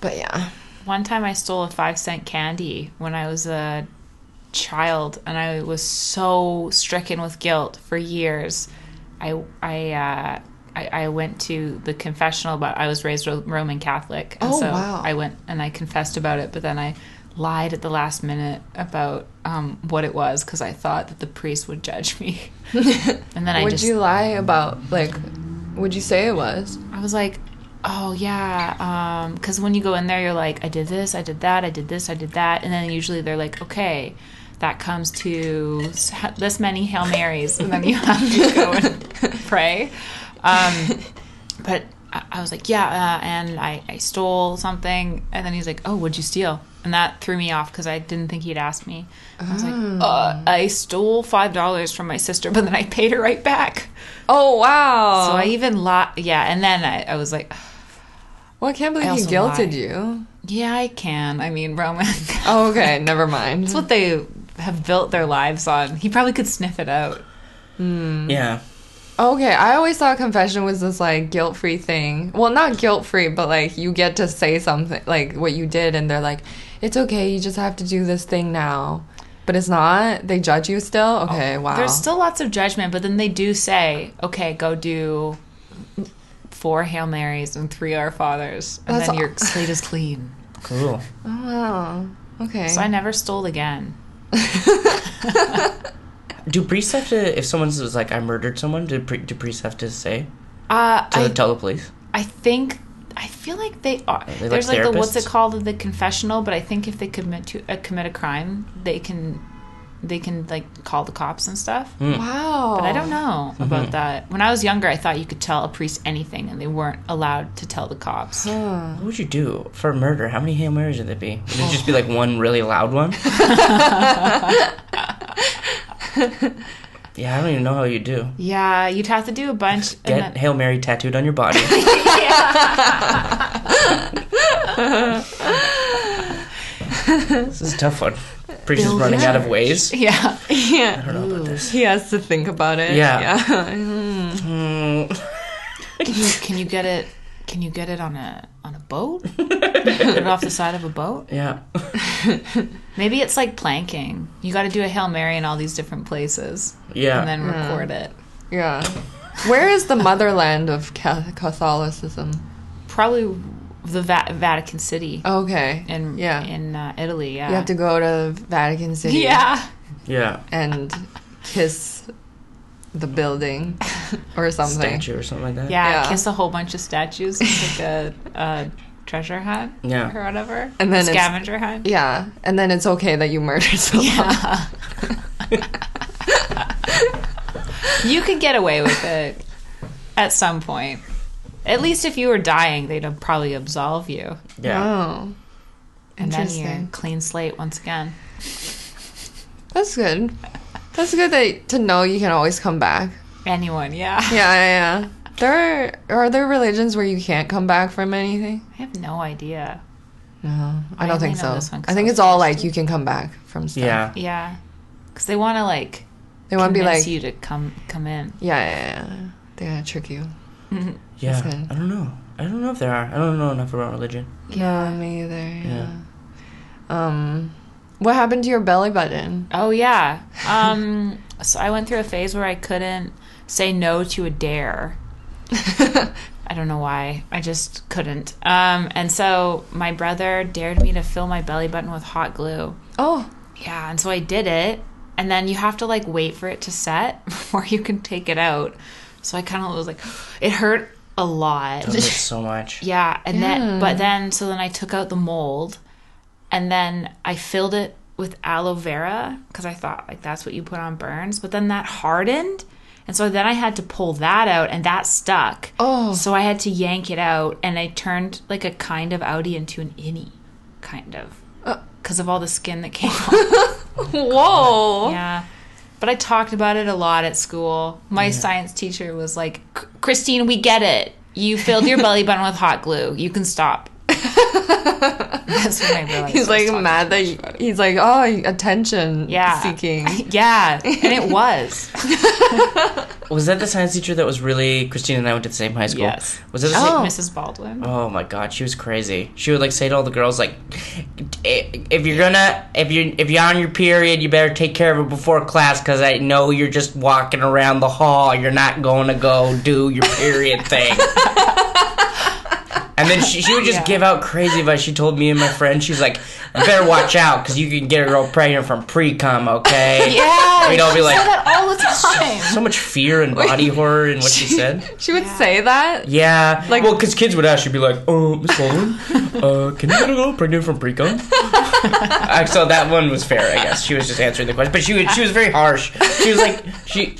S1: But yeah.
S3: One time I stole a five cent candy when I was a child, and I was so stricken with guilt for years. I I uh, I, I went to the confessional, but I was raised Ro- Roman Catholic, and
S1: Oh,
S3: so
S1: wow.
S3: I went and I confessed about it. But then I lied at the last minute about um, what it was because I thought that the priest would judge me, and then I
S1: would
S3: just
S1: you lie about like would you say it was?
S3: I was like, oh yeah, because when you go in there, you're like, I did this, I did that, I did this, I did that, and then usually they're like, okay, that comes to s- this many hail marys, and then you have to go and pray. Um, but I, I was like, yeah, uh, and I, I stole something, and then he's like, oh, what'd you steal? And that threw me off because I didn't think he'd asked me. I was like, uh, I stole five dollars from my sister, but then I paid her right back.
S1: Oh wow.
S3: So I even lied. Yeah, and then I, I was like,
S1: well, I can't believe
S3: I
S1: he
S3: also
S1: guilted
S3: lie.
S1: you.
S3: yeah, I can. I mean, Roman. That's
S1: Oh, okay, never mind.
S3: what they have built their lives on. He probably could sniff it out.
S2: yeah.
S1: Okay, I always thought confession was this like guilt free thing. Well, not guilt free, but like you get to say something like what you did, and they're like, it's okay, you just have to do this thing now. But it's not. They judge you still. Okay, wow.
S3: Oh. There's still lots of judgment, but then they do say, "Okay, go do four Hail Marys and three Our Fathers, and
S1: That's
S3: then
S1: aw-
S3: your slate is clean."
S2: Cool.
S1: oh, wow. Okay.
S3: So I never stole again.
S2: Do priests have to, if someone was like, I murdered someone, do, pri- do priests have to say?
S3: Uh,
S2: To
S3: I,
S2: tell the police?
S3: I think I feel like they are.
S2: they like
S3: There's like the what's it
S2: therapists?
S3: called the confessional, but I think if they commit to uh, commit a crime, they can they can like call the cops and stuff.
S1: wow.
S3: But I don't know about that. When I was younger, I thought you could tell a priest anything, and they weren't allowed to tell the cops.
S2: What would you do for murder? How many Hail Marys would it be? Would it just be like one really loud one? yeah, I don't even know how you do.
S3: yeah, you'd have to do a bunch. and
S2: Get
S3: then-
S2: Hail Mary tattooed on your body. this is a tough one. Priest is running out of ways.
S3: yeah.
S1: Yeah.
S2: I don't know about this.
S1: He has to think about it.
S2: Yeah.
S1: Yeah.
S2: Hmm.
S3: Can you, can you get it? Can you get it on a on a boat? Put it off the side of a boat.
S2: yeah.
S3: Maybe it's like planking. You got to do a hail mary in all these different places,
S2: Yeah.
S3: and then
S1: Hmm.
S3: record it.
S1: yeah. Where is the motherland of Ca- Catholicism?
S3: Probably the Va- Vatican City
S1: Okay.
S3: in
S1: Oh, yeah.
S3: in uh, Italy. Yeah,
S1: you have to go to Vatican City.
S3: yeah.
S2: yeah.
S1: and kiss the building or something.
S2: Statue or something like that.
S3: yeah,
S1: Yeah.
S3: kiss a whole bunch of statues. It's like a, a treasure hunt
S2: Yeah.
S3: or whatever.
S1: And then it's-
S3: scavenger hunt.
S1: Yeah, and then it's okay that you murdered someone.
S3: Yeah. you could get away with it at some point. At least if you were dying, they'd probably absolve you.
S2: Yeah.
S1: Oh,
S3: And then you're
S1: interesting.
S3: clean slate once again.
S1: That's good. That's good that to know you can always come back.
S3: Anyone, yeah.
S1: Yeah, yeah. yeah. There are, are there religions where you can't come back from anything?
S3: I have no idea.
S1: No, I,
S3: I
S1: don't
S3: only
S1: think
S3: know
S1: so.
S3: this one 'cause
S1: I
S3: I
S1: think
S3: was
S1: it's all
S3: raised
S1: like you can come back from stuff.
S2: Yeah.
S3: Yeah. Because they want to, like,
S1: they want to be
S3: convince
S1: like,
S3: you to come come in.
S1: yeah, yeah, yeah. They're gonna trick you.
S2: Yeah.
S1: That's good.
S2: I don't know. I don't know if there are. I don't know enough about religion.
S1: Yeah, me either. Yeah. Um, what happened to your belly button?
S3: Oh yeah. Um, so I went through a phase where I couldn't say no to a dare. I don't know why. I just couldn't. Um, and so my brother dared me to fill my belly button with hot glue.
S1: Oh,
S3: Yeah, and so I did it. And then you have to like wait for it to set before you can take it out. So I kind of was like, it hurt a lot.
S2: I love it so much.
S3: Yeah, and then but then so then I took out the mold, and then I filled it with aloe vera because I thought like that's what you put on burns. But then that hardened, and so then I had to pull that out, and that stuck.
S1: Oh.
S3: so I had to yank it out, and I turned like a kind of outie into an innie, kind of, because of all the skin that came off.
S1: whoa!
S3: Yeah. But I talked about it a lot at school. My science teacher was like, "Chr- Christine, we get it. You filled your belly button with hot glue. You can stop. That's when I realized.
S1: He's
S3: I was
S1: like
S3: talking
S1: mad that you- he's like, oh, attention
S3: yeah.
S1: seeking.
S3: yeah. And it was.
S2: Was that the science teacher that was really Christine and I went to the same high school?
S3: Yes.
S2: Was it?
S1: Oh.
S3: Mrs. Baldwin.
S2: Oh my god, she was crazy. She would like say to all the girls like, "Eh, "If you're gonna, if you are if you're on your period, you better take care of it before class, because I know you're just walking around the hall. You're not going to go do your period thing." And then she, she would just give out crazy advice. She told me and my friend, she's like, "You better watch out, because you can get a girl pregnant from pre cum." Okay.
S3: Yeah.
S2: We'd all be like,
S3: that all the time.
S2: so much fear and body horror in what she said.
S1: She would say that.
S2: Yeah.
S1: Like-
S2: Like, well, because kids would ask, you'd be like, "Oh, Miss Baldwin, uh, can you get a girl pregnant from pre-cum?" Uh, so that one was fair, I guess. She was just answering the question, but she was, she was very harsh. She was like, she,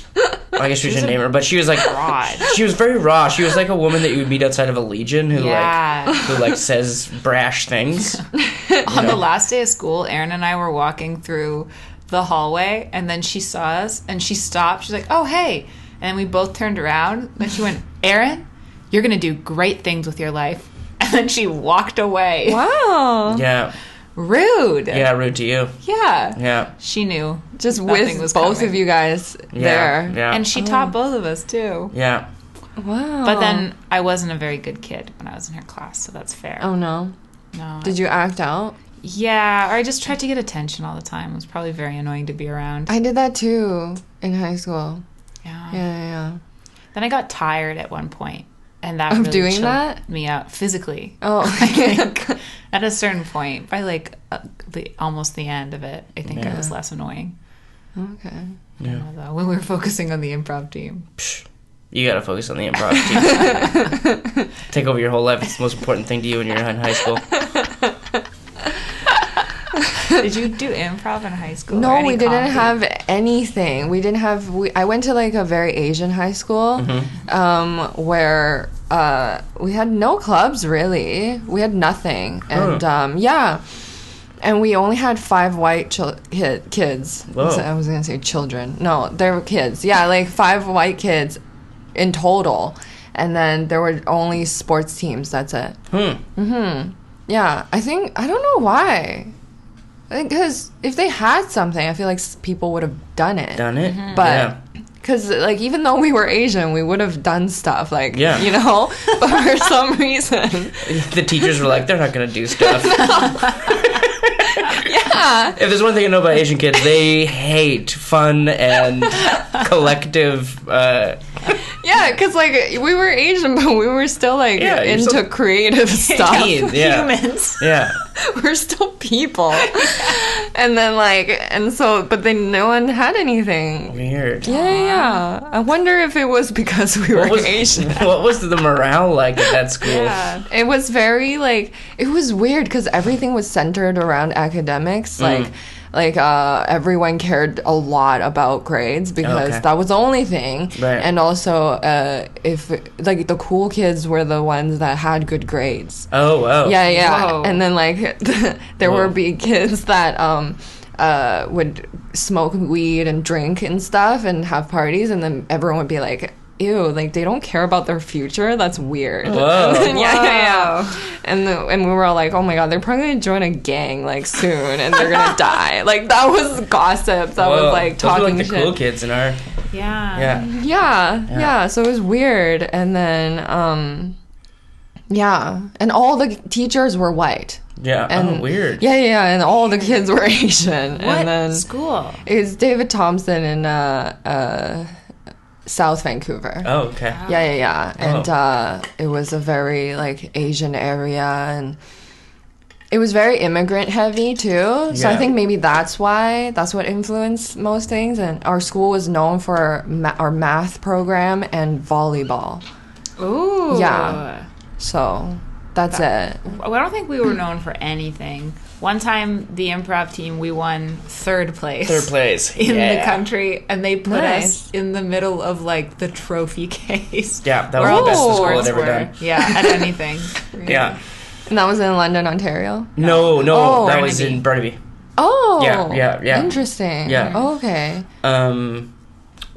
S2: I guess we should name her, but she was like,
S3: broad.
S2: she was very raw. She was like a woman that you would meet outside of a legion who
S3: Yeah.
S2: like who like says brash things.
S3: On the last day of school, Erin and I were walking through the hallway, and then she saw us and she stopped. She's like, "Oh, hey!" And then we both turned around. Then she went, "Erin, you're gonna do great things with your life." And then she walked away.
S1: Wow.
S2: Yeah,
S1: rude.
S2: Yeah, rude to you.
S1: Yeah.
S2: Yeah.
S3: She knew.
S1: Just
S3: Nothing
S1: with
S3: was
S1: both
S3: coming.
S1: of you guys
S2: Yeah.
S1: there.
S2: Yeah.
S3: And she
S1: Oh.
S3: taught both of us too.
S2: yeah.
S1: Wow.
S3: But then I wasn't a very good kid when I was in her class, so that's fair.
S1: Oh no.
S3: no.
S1: Did you act out?
S3: Yeah, or I just tried to get attention all the time. It was probably very annoying to be around.
S1: I did that too in high school. Yeah,
S3: yeah.
S1: yeah, yeah.
S3: Then I got tired at one point, and that
S1: Of
S3: really
S1: doing
S3: chilled
S1: that?
S3: me out physically.
S1: Oh.
S3: I think at a certain point, by like uh, the almost the end of it, I think I was less annoying.
S1: Okay.
S3: I don't know, though, when we were focusing on the improv team.
S2: Psh, you gotta focus on the improv. Team. Take over your whole life. It's the most important thing to you when you're in high school.
S3: Did you do improv in high school? or
S1: No,
S3: any
S1: we didn't
S3: comedy?
S1: have anything. We didn't have. We, I went to like a very Asian high school,
S3: Mm-hmm.
S1: um, where uh, we had no clubs really. We had nothing, and
S2: Huh.
S1: um, yeah, and we only had five white chil- kid, kids.
S2: Whoa.
S1: So I was gonna say children. No, they were kids. Yeah, like five white kids in total, and then there were only sports teams. That's it.
S2: Hmm.
S1: Yeah, I think I don't know why. Because if they had something, I feel like s- people would have done it.
S2: Done it.
S3: Mm-hmm.
S1: But because like even though we were Asian, we would have done stuff like
S2: Yeah.
S1: you know. But for some reason,
S2: yeah. the teachers were like, they're not gonna do stuff.
S1: yeah,
S2: If there's one thing I know about Asian kids, they hate fun and collective. Uh,
S1: yeah. Because like we were Asian, but we were still like
S2: Yeah, you're
S1: into
S2: still-
S1: creative stuff.
S2: teens, yeah.
S3: humans.
S2: Yeah.
S1: we're still people. and then like and so, but then no one had anything.
S2: Weird.
S1: Yeah, yeah. I wonder if it was because we were
S2: What was,
S1: Asian.
S2: what was the morale like at that school?
S1: It was very like it was weird because everything was centered around
S2: Mm.
S1: academics. Like, like uh, everyone cared a lot about grades because
S2: Oh, Okay.
S1: that was the only thing.
S2: Right.
S1: And also, uh, if like the cool kids were the ones that had good grades.
S2: Oh, wow.
S1: Yeah, yeah.
S3: Whoa.
S1: And then like there
S2: Whoa.
S1: were be kids that um uh would smoke weed and drink and stuff and have parties and then everyone would be like ew like they don't care about their future that's weird
S2: Whoa.
S1: yeah yeah yeah and the, and we were all like oh my god they're probably gonna join a gang like soon and they're gonna die like that was gossip that
S2: Whoa.
S1: was like
S2: Those were,
S1: talking
S2: like the
S1: shit
S2: cool kids in our.
S3: Yeah.
S2: Yeah.
S1: yeah, yeah, So it was weird, and then um, yeah, and all the teachers were white.
S2: Yeah.
S1: And
S2: oh, weird.
S1: Yeah, yeah, yeah, and all the kids were Asian,
S3: What
S1: and then
S3: school?
S1: it was David Thompson in uh, uh, South Vancouver.
S2: Oh, okay.
S1: Yeah, yeah, yeah, and
S2: Oh.
S1: uh, it was a very like Asian area, and it was very immigrant heavy too. So I
S2: Yeah.
S1: think maybe that's why that's what influenced most things. And our school was known for ma- our math program and volleyball.
S3: Ooh.
S1: Yeah. So that's it.
S3: I don't think we were known for anything. One time, the improv team, we won third place.
S2: Third place.
S3: In
S2: yeah.
S3: the country, and they put
S1: Nice.
S3: us in the middle of like the trophy case.
S2: Yeah, that
S3: Where
S2: was
S3: all
S2: the best the school
S3: sports
S2: had ever
S3: were.
S2: done.
S3: Yeah, at anything. really.
S2: Yeah.
S1: And that was in London, Ontario.
S2: No, no,
S1: Oh.
S2: that was in Burnaby.
S1: Oh,
S2: Yeah, yeah, yeah.
S1: Interesting. Oh,
S2: Yeah.
S1: okay.
S2: Um,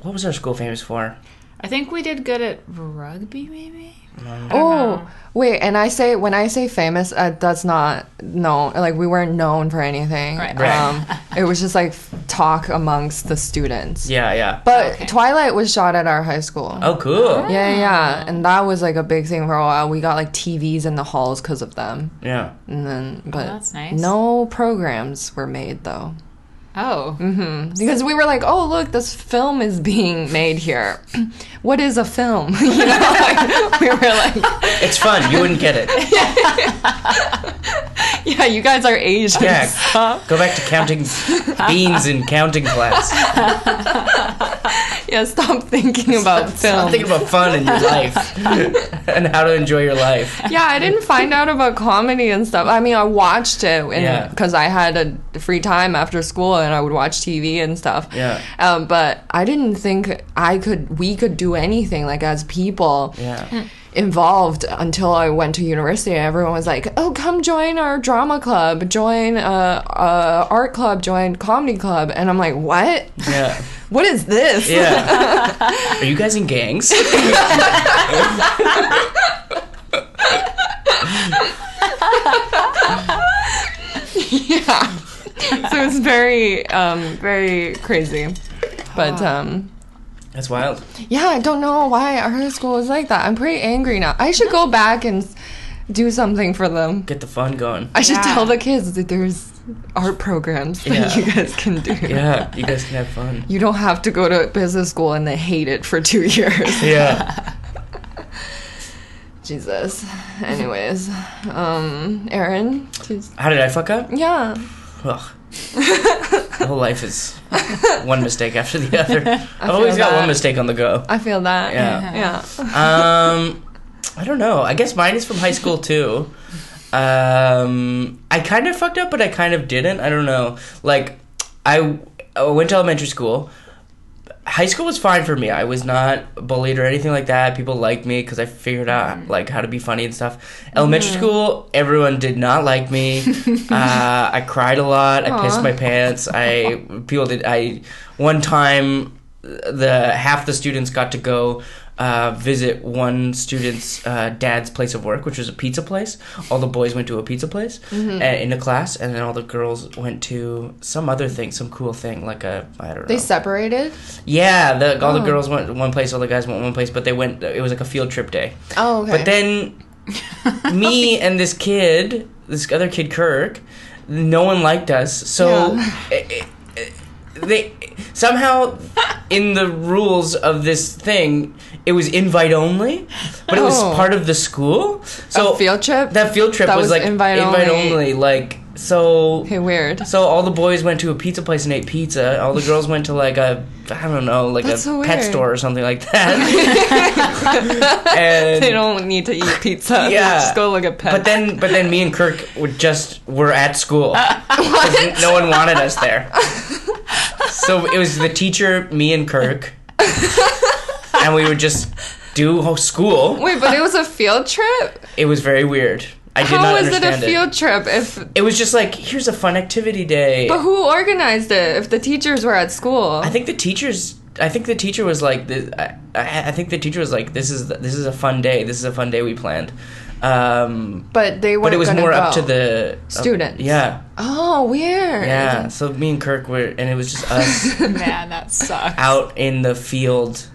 S2: what was our school famous for?
S3: I think we did good at rugby, maybe.
S1: Oh, wait. And I say when I say famous, uh, that's not no. Like we weren't known for anything.
S3: Right.
S2: Right.
S1: Um, it was just like f- talk amongst the students.
S2: Yeah, yeah.
S1: But
S3: Okay.
S1: Twilight was shot at our high school.
S2: oh, cool. Yeah.
S1: Yeah, yeah,
S3: Oh.
S1: yeah, and that was like a big thing for a while. We got like TVs in the halls because of them, and then but
S3: Oh, that's nice.
S1: no programs were made though.
S3: Oh,
S2: Mm.
S1: because we were like, oh look, this film is being made here. what is a film? you know, like, we were like,
S2: It's fun. You wouldn't get it.
S1: yeah, you guys are Asian.
S2: Yeah. Go back to counting beans in counting class.
S1: Yeah, stop thinking about film.
S2: Think about fun in your life and how to enjoy your life.
S1: yeah, I didn't find out about comedy and stuff. I mean, I watched it
S2: Yeah.
S1: because I had a free time after school and I would watch TV and stuff.
S2: Yeah.
S1: Um, but I didn't think I could, we could do anything like as people.
S2: Yeah.
S1: Involved until I went to university, and everyone was like, "Oh, come join our drama club, join uh, uh, art club, join comedy club," and I'm like, "What?
S2: Yeah.
S1: What is this?"
S2: Yeah. Are you guys in gangs?
S1: yeah. so it's very, um, very crazy. But um,
S2: That's wild.
S1: yeah, I don't know why our school is like that. I'm pretty angry now. I should go back and s- do something for them.
S2: Get the fun going.
S1: I should
S3: Yeah.
S1: tell the kids that there's art programs that
S2: Yeah.
S1: you guys can do.
S2: Yeah, you guys can have fun.
S1: You don't have to go to business school and then hate it for two years.
S2: Yeah.
S1: Jesus. Anyways, um, Aaron. she's-
S2: How did I fuck up?
S1: Yeah.
S2: Ugh. My whole life is one mistake after the other. I've always got
S1: that.
S2: one mistake on the go.
S1: I feel that.
S2: Yeah.
S1: Yeah.
S2: Um, I don't know. I guess mine is from high school too. Um, I kind of fucked up, but I kind of didn't. I don't know. Like, I, I went to elementary school. High school was fine for me. I was not bullied or anything like that. People liked me because I figured out like how to be funny and stuff. Elementary school, everyone did not like me. uh, I cried a lot. I pissed
S1: Aw.
S2: my pants. I people did. I one time the half the students got to go uh, visit one student's uh, dad's place of work, which was a pizza place. All the boys went to a pizza place
S1: Mm-hmm.
S2: uh, in a class, and then all the girls went to some other thing, some cool thing like a I don't
S1: They
S2: know.
S1: separated.
S2: yeah, the, all the
S1: Oh.
S2: girls went one place, all the guys went one place, but they went. It was like a field trip day.
S1: Oh, okay.
S2: But then me and this kid, this other kid Kirk, no one liked us. So
S1: Yeah.
S2: eh, eh, eh, they somehow in the rules of this thing, it was invite only, but it was
S1: Oh.
S2: part of the school. So
S1: a field trip.
S2: that field trip
S1: That
S2: was,
S1: was
S2: like
S1: invite
S2: invite,
S1: only.
S2: only. like so
S1: okay, weird.
S2: so all the boys went to a pizza place and ate pizza. All the girls went to like a I don't know, like a
S1: That's so
S2: pet
S1: weird.
S2: store or something like that. and
S1: They don't need to eat pizza.
S2: Yeah.
S1: Just go look at pets.
S2: but then, but then, me and Kirk would just were at school.
S1: Uh,
S2: 'Cause n- no one wanted us there, so it was the teacher, me, and Kirk, and we would just do whole school.
S1: Wait, but it was a field trip?
S2: It was very weird. I did
S1: How
S2: not
S1: was it a
S2: understand it.
S1: field trip if
S2: It was just like here's a fun activity day.
S1: but who organized it if the teachers were at school?
S2: I think the teachers. I think the teacher was like, th- I, I, I think the teacher was like, this is this is a fun day. This is a fun day we planned. Um,
S1: But they were
S2: but it was more
S1: go.
S2: up to the up-
S1: Students.
S2: yeah,
S1: Oh, weird.
S2: Yeah, so me and Kirk were, and it was just us
S3: Man, that sucks.
S2: out in the field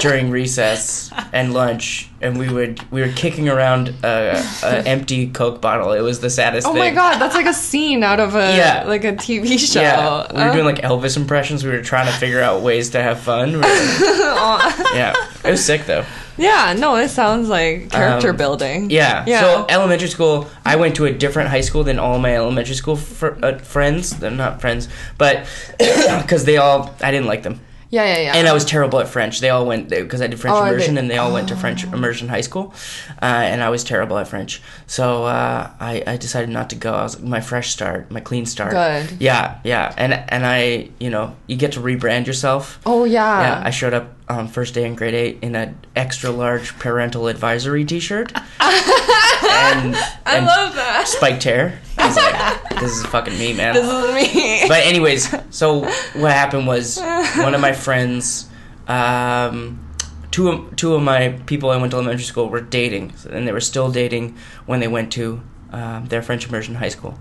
S2: during recess and lunch, and we would we were kicking around a, a empty Coke bottle. It was the saddest
S1: Oh
S2: thing.
S1: my god, that's like a scene out of a
S2: Yeah.
S1: like a TV show.
S2: Yeah, we were
S1: Uh,
S2: doing like Elvis impressions. We were trying to figure out ways to have fun. We were- yeah, it was sick though.
S1: yeah, no, it sounds like character
S2: Um,
S1: building.
S2: Yeah.
S1: Yeah.
S2: So elementary school, I went to a different high school than all my elementary school fr- uh, friends. They're not friends, but because they all, I didn't like them.
S1: yeah, yeah, yeah.
S2: and I was terrible at French. They all went because I did French
S1: Uh-huh. Oh, I
S2: immersion,
S1: bet-
S2: and they all went to French immersion high school, uh, and I was terrible at French. So uh, I, I decided not to go. I was my fresh start, my clean start.
S1: Good.
S2: Yeah, yeah, and and I, you know, you get to rebrand yourself.
S1: oh yeah.
S2: Yeah, I showed up um, first day in grade eight in an extra large parental advisory T-shirt. and, I love that. Spiked hair. I was like, this is fucking me, man
S1: this is me.
S2: but anyways, so what happened was one of my friends, um, two of, two of my people I went to elementary school were dating, and they were still dating when they went to um, their French immersion high school,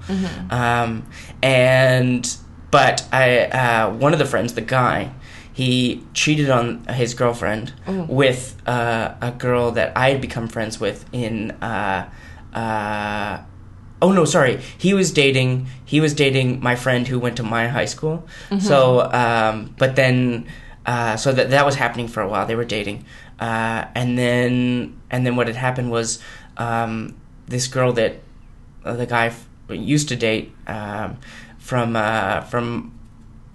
S2: um, and but I uh, one of the friends, the guy. He cheated on his girlfriend with uh, a girl that I had become friends with in uh, uh, Oh no, sorry. He was dating. He was dating my friend who went to my high school. So, um, but then, uh, so that that was happening for a while. They were dating, uh, and then and then what had happened was um, this girl that uh, the guy f- used to date um, from uh, from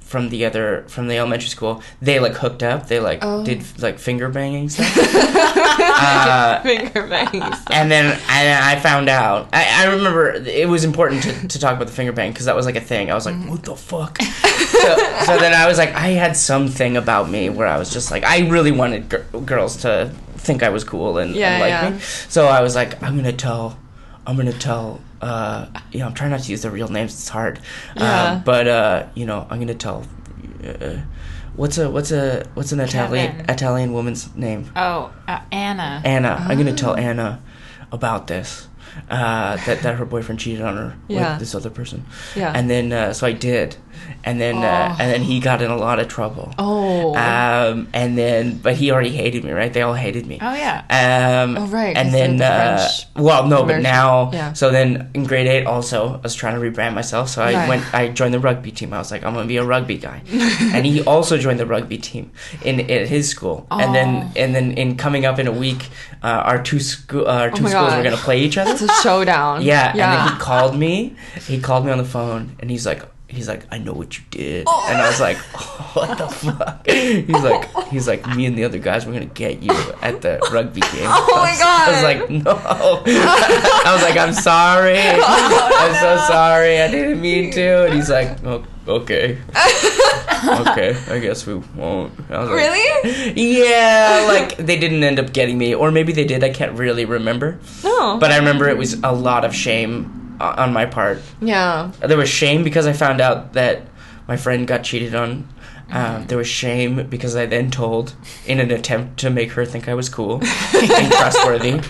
S2: from the other from the elementary school. They like hooked up. They like did like finger banging stuff. uh,
S1: Finger bangs.
S2: and then I, I found out. I, I remember it was important to, to talk about the finger bang because that was like a thing. I was like, what the fuck? so, so then I was like, I had something about me where I was just like, I really wanted gir- girls to think I was cool and,
S1: Yeah,
S2: and like
S1: yeah.
S2: me. So I was like, I'm gonna tell, I'm gonna tell. Uh, you know, I'm trying not to use their real names. It's hard.
S1: Yeah.
S2: Um, but uh, you know, I'm gonna tell. Uh, what's a what's a what's an Italian
S3: Kevin.
S2: Italian woman's name?
S3: Oh, uh, Anna.
S1: Ah.
S2: Anna, I'm gonna tell Anna about this. uh, that that her boyfriend cheated on her
S1: Yeah.
S2: with this other person.
S1: Yeah.
S2: And then uh, so I did, and then uh, and then he got in a lot of trouble.
S1: Oh.
S2: Um, and then but he already hated me, right? They all hated me.
S3: Oh, yeah.
S2: Um,
S1: Oh, right, 'cause
S2: And
S1: they're
S2: then
S1: the
S2: uh,
S1: French
S2: well, no, but
S1: American-
S2: now
S1: yeah.
S2: so then in grade eight also I was trying to rebrand myself, so I
S1: Right.
S2: went I joined the rugby team. I was like I'm gonna be a rugby guy, and he also joined the rugby team in at his school. And then and then in coming up in a week, uh, our two school uh, our two
S1: Oh my
S2: schools were
S1: God.
S2: gonna play each other.
S1: it's a showdown. Yeah.
S2: Yeah, and then he called me. He called me on the phone, and he's like, he's like, I know what you did, and I was like, what the fuck? He's like, he's like, me and the other guys, we're gonna get you at the rugby game. Oh
S1: my
S2: I was like, no. I was like, I'm sorry.
S1: Oh,
S2: I'm so sorry. I didn't mean to. And he's like, "Oh, okay. okay, I guess we won't. I was like,
S1: Really?
S2: Yeah, like they didn't end up getting me, or maybe they did. I can't really remember.
S1: No.
S2: But I remember it was a lot of shame uh, on my part.
S1: yeah.
S2: There was shame because I found out that my friend got cheated on.
S3: Mm-hmm.
S2: Um, there was shame because I then told, in an attempt to make her think I was cool and trustworthy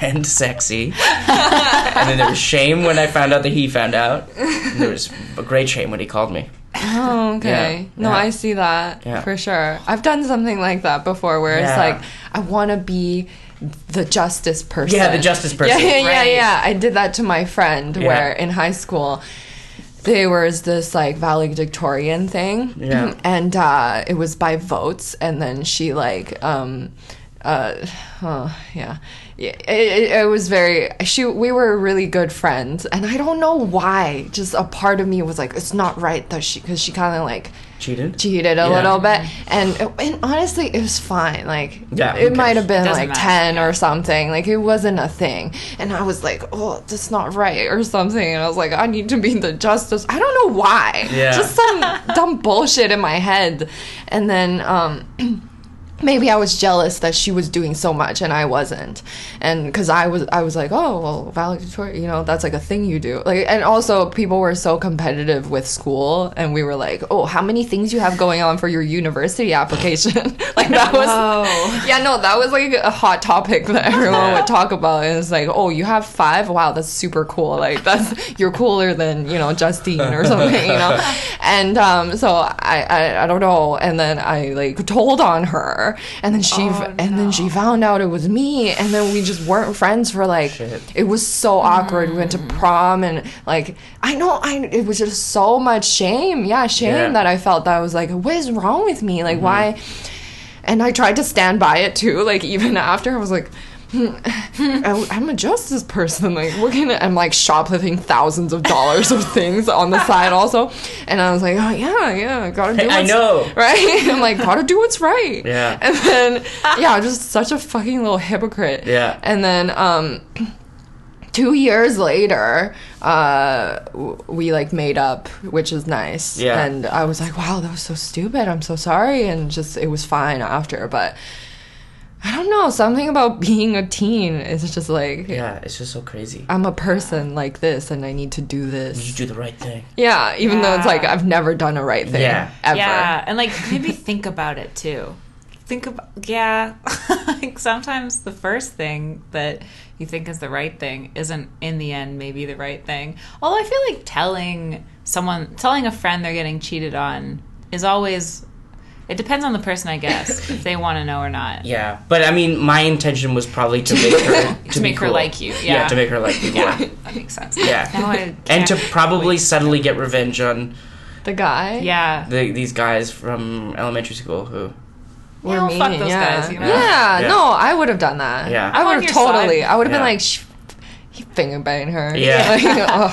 S2: and sexy. And then there was shame when I found out that he found out. And there was a great shame when he called me.
S1: Oh, okay.
S2: Yeah,
S1: No,
S2: yeah.
S1: I see that
S2: Yeah.
S1: for sure. I've done something like that before where
S2: Yeah.
S1: it's like, I want to be the justice person.
S2: Yeah, the justice
S1: Yeah,
S2: person.
S1: yeah, yeah,
S3: Right.
S1: yeah. I did that to my friend
S2: Yeah.
S1: where in high school, there was this like valedictorian thing.
S2: Yeah.
S1: And uh, it was by votes. And then she like, um, uh, oh, yeah. Yeah, It, it, it was very she we were really good friends and i don't know why just a part of me was like it's not right that she because she kind of like
S2: Cheated?
S1: cheated a
S2: Yeah.
S1: little bit and and honestly it was fine like
S2: Yeah, who
S1: it might
S2: cares?
S1: have been
S3: It doesn't
S1: like
S3: matter,
S1: 10 or something like it wasn't a thing and i was like oh that's not right or something and i was like i need to be the justice i don't know why
S2: Yeah.
S1: just some dumb bullshit in my head and then um maybe I was jealous that she was doing so much and I wasn't, and because I was I was like, oh well, valedictorian, you know, that's like a thing you do. Like, and also people were so competitive with school, and we were like, oh, how many things you have going on for your university application? like that was, yeah, no, that was like a hot topic that everyone would talk about. And it's like, oh, you have five? Wow, that's super cool. Like that's you're cooler than you know Justine or something, you know. And um, so I, I I don't know. And then I like told on her, and then she and then she found out it was me, and then we just weren't friends for like
S2: Shit.
S1: it was so awkward. We went to prom and like I know I it was just so much shame. Yeah, shame
S2: Yeah. Mm-hmm.
S1: that I felt that I was like, what is wrong with me? Like why? And I tried to stand by it too. Like even after I was like. "Hmm, I- I'm a justice person. Like, what can I? I'm like shoplifting thousands of dollars of things on the side, also. And I was like, oh, yeah, yeah, gotta do
S2: I
S1: what's
S2: know.
S1: Right? I'm like, gotta do what's right.
S2: Yeah.
S1: And then, yeah, just such a fucking little hypocrite.
S2: Yeah.
S1: And then, um, two years later, uh, w- we like made up, which is nice.
S2: Yeah.
S1: And I was like, wow, that was so stupid. I'm so sorry. And just, it was fine after. But I don't know, something about being a teen is just like,
S2: Yeah, it's just so crazy.
S1: I'm a person like this and I need to do
S2: You
S1: this.
S2: do the right thing.
S1: Yeah, even though it's like
S3: Yeah.
S1: I've never done a right thing
S2: Yeah.
S1: ever.
S3: Yeah, and like maybe think about it too. Think about yeah, like sometimes the first thing that you think is the right thing isn't in the end maybe the right thing. Although I feel like telling someone, telling a friend they're getting cheated on is always. It depends on the person, I guess, if they want to know or not.
S2: Yeah, but I mean, my intention was probably to make her to,
S3: To
S2: be
S3: make her
S2: cool.
S3: like you,
S2: Yeah.
S3: yeah.
S2: to make her like me.
S3: Yeah,
S2: Yeah,
S3: that makes sense.
S2: yeah,
S3: Now I
S2: and to
S3: can't
S2: probably
S3: wait.
S2: suddenly get revenge on
S1: The guy?
S3: Yeah.
S2: the, these guys from elementary school who.
S1: Were
S3: Yeah, well, fuck those
S1: yeah.
S3: guys, you know?
S1: Yeah,
S2: Yeah.
S1: no, I would have done that.
S2: Yeah.
S1: I
S3: I'm on
S1: would have
S3: your
S1: totally.
S3: side.
S1: I would have
S2: Yeah.
S1: been like, Shh, he finger banging her.
S2: Yeah.